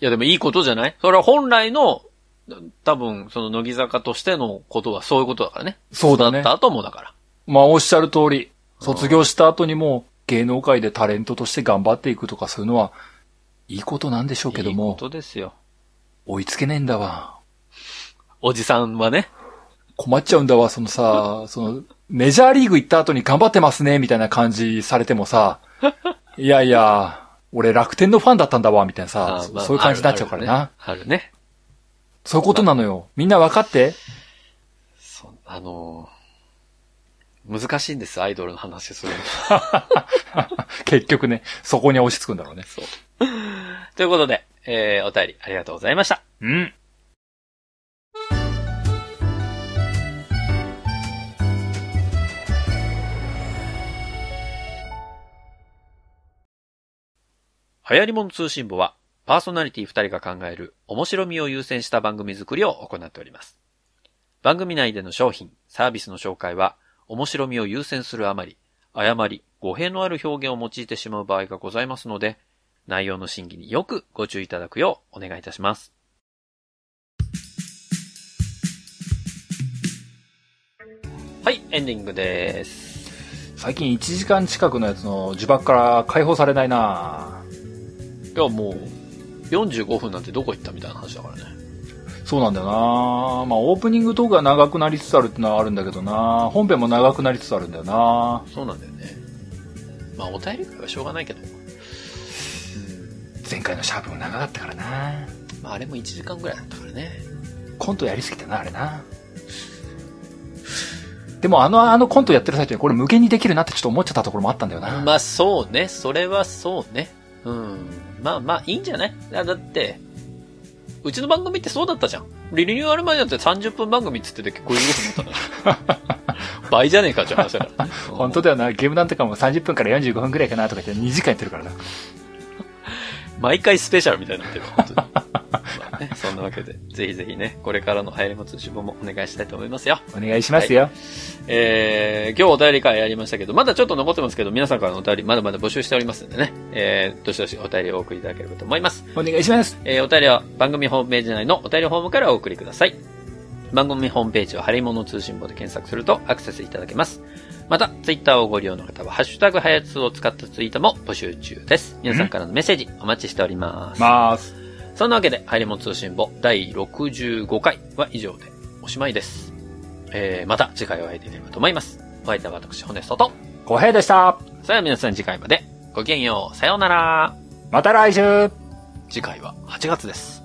Speaker 1: いやでもいいことじゃないそれは本来の、多分、その乃木坂としてのことはそういうことだからね。
Speaker 2: う。そうだね
Speaker 1: だ。後もだから。
Speaker 2: まあ、おっしゃる通り、卒業した後にも、芸能界でタレントとして頑張っていくとかそういうのは、いいことなんでしょうけど
Speaker 1: いいこ
Speaker 2: も、
Speaker 1: とですよ。
Speaker 2: 追いつけねえんだわ。
Speaker 1: おじさんはね。
Speaker 2: 困っちゃうんだわ、そのさ、その、メジャーリーグ行った後に頑張ってますね、みたいな感じされてもさ、いやいや、俺楽天のファンだったんだわ、みたいなさ、
Speaker 1: あーまあ
Speaker 2: そういう感じになっちゃうからな。
Speaker 1: あるね。
Speaker 2: そういうことなのよ。みんな分かって。
Speaker 1: そあのー難しいんです、アイドルの話するの。
Speaker 2: 結局ね、そこに落ち着くんだろうね。
Speaker 1: そう。ということで、えー、お便りありがとうございました。
Speaker 2: うん。
Speaker 1: 流行り物通信簿は、パーソナリティ2人が考える面白みを優先した番組作りを行っております。番組内での商品、サービスの紹介は、面白みを優先するあまり、誤り、語弊のある表現を用いてしまう場合がございますので、内容の審議によくご注意いただくようお願いいたします。はい、エンディングです。
Speaker 2: 最近1時間近くのやつの呪縛から解放されないない
Speaker 1: や、もう、45分なんてどこ行ったみたいな話だからね。
Speaker 2: そうなんだよなまあオープニングトークが長くなりつつあるってのはあるんだけどな本編も長くなりつつあるんだよな
Speaker 1: そうなんだよね。まあ、お便り会はしょうがないけど。
Speaker 2: 前回のシャープも長かったからな
Speaker 1: まあ、あれも1時間ぐらいだったからね。
Speaker 2: コントやりすぎたな、あれな。でもあの、あのコントやってる最中にこれ無限にできるなってちょっと思っちゃったところもあったんだよな。
Speaker 1: まあ、そうね。それはそうね。うん。まあまあ、いいんじゃないだだって、うちの番組ってそうだったじゃん。リニューアル前だって30分番組っつってて結構15分だった な。倍じゃねえかって話だ から。
Speaker 2: 本当だよな、ゲームなんとかも30分から45分くらいかなとか言って2時間やってるからな。
Speaker 1: 毎回スペシャルみたいになってる。 本当にまあね、そんなわけで、ぜひぜひね、これからの流行りも通信簿もお願いしたいと思いますよ。
Speaker 2: お願いしますよ。
Speaker 1: えー、今日お便り会やりましたけど、まだちょっと残ってますけど、皆さんからのお便り、まだまだ募集しておりますんでね、えー、どしどしお便りをお送りいただければと思います。
Speaker 2: お願いします。
Speaker 1: えー、お便りは番組ホームページ内のお便りフォームからお送りください。番組ホームページは、ハリモノ通信簿で検索するとアクセスいただけます。また、ツイッターをご利用の方は、ハッシュタグハヤツを使ったツイートも募集中です。皆さんからのメッセージお待ちしております。
Speaker 2: まーす。
Speaker 1: そんなわけで、ハイレモン通信簿第65回は以上でおしまいです。えー、また次回お会いできればと思います。お相手は私、ホネストと。
Speaker 2: 小平でした。
Speaker 1: それでは皆さん次回までごきげんよう。さようなら。
Speaker 2: また来週
Speaker 1: 次回は8月です。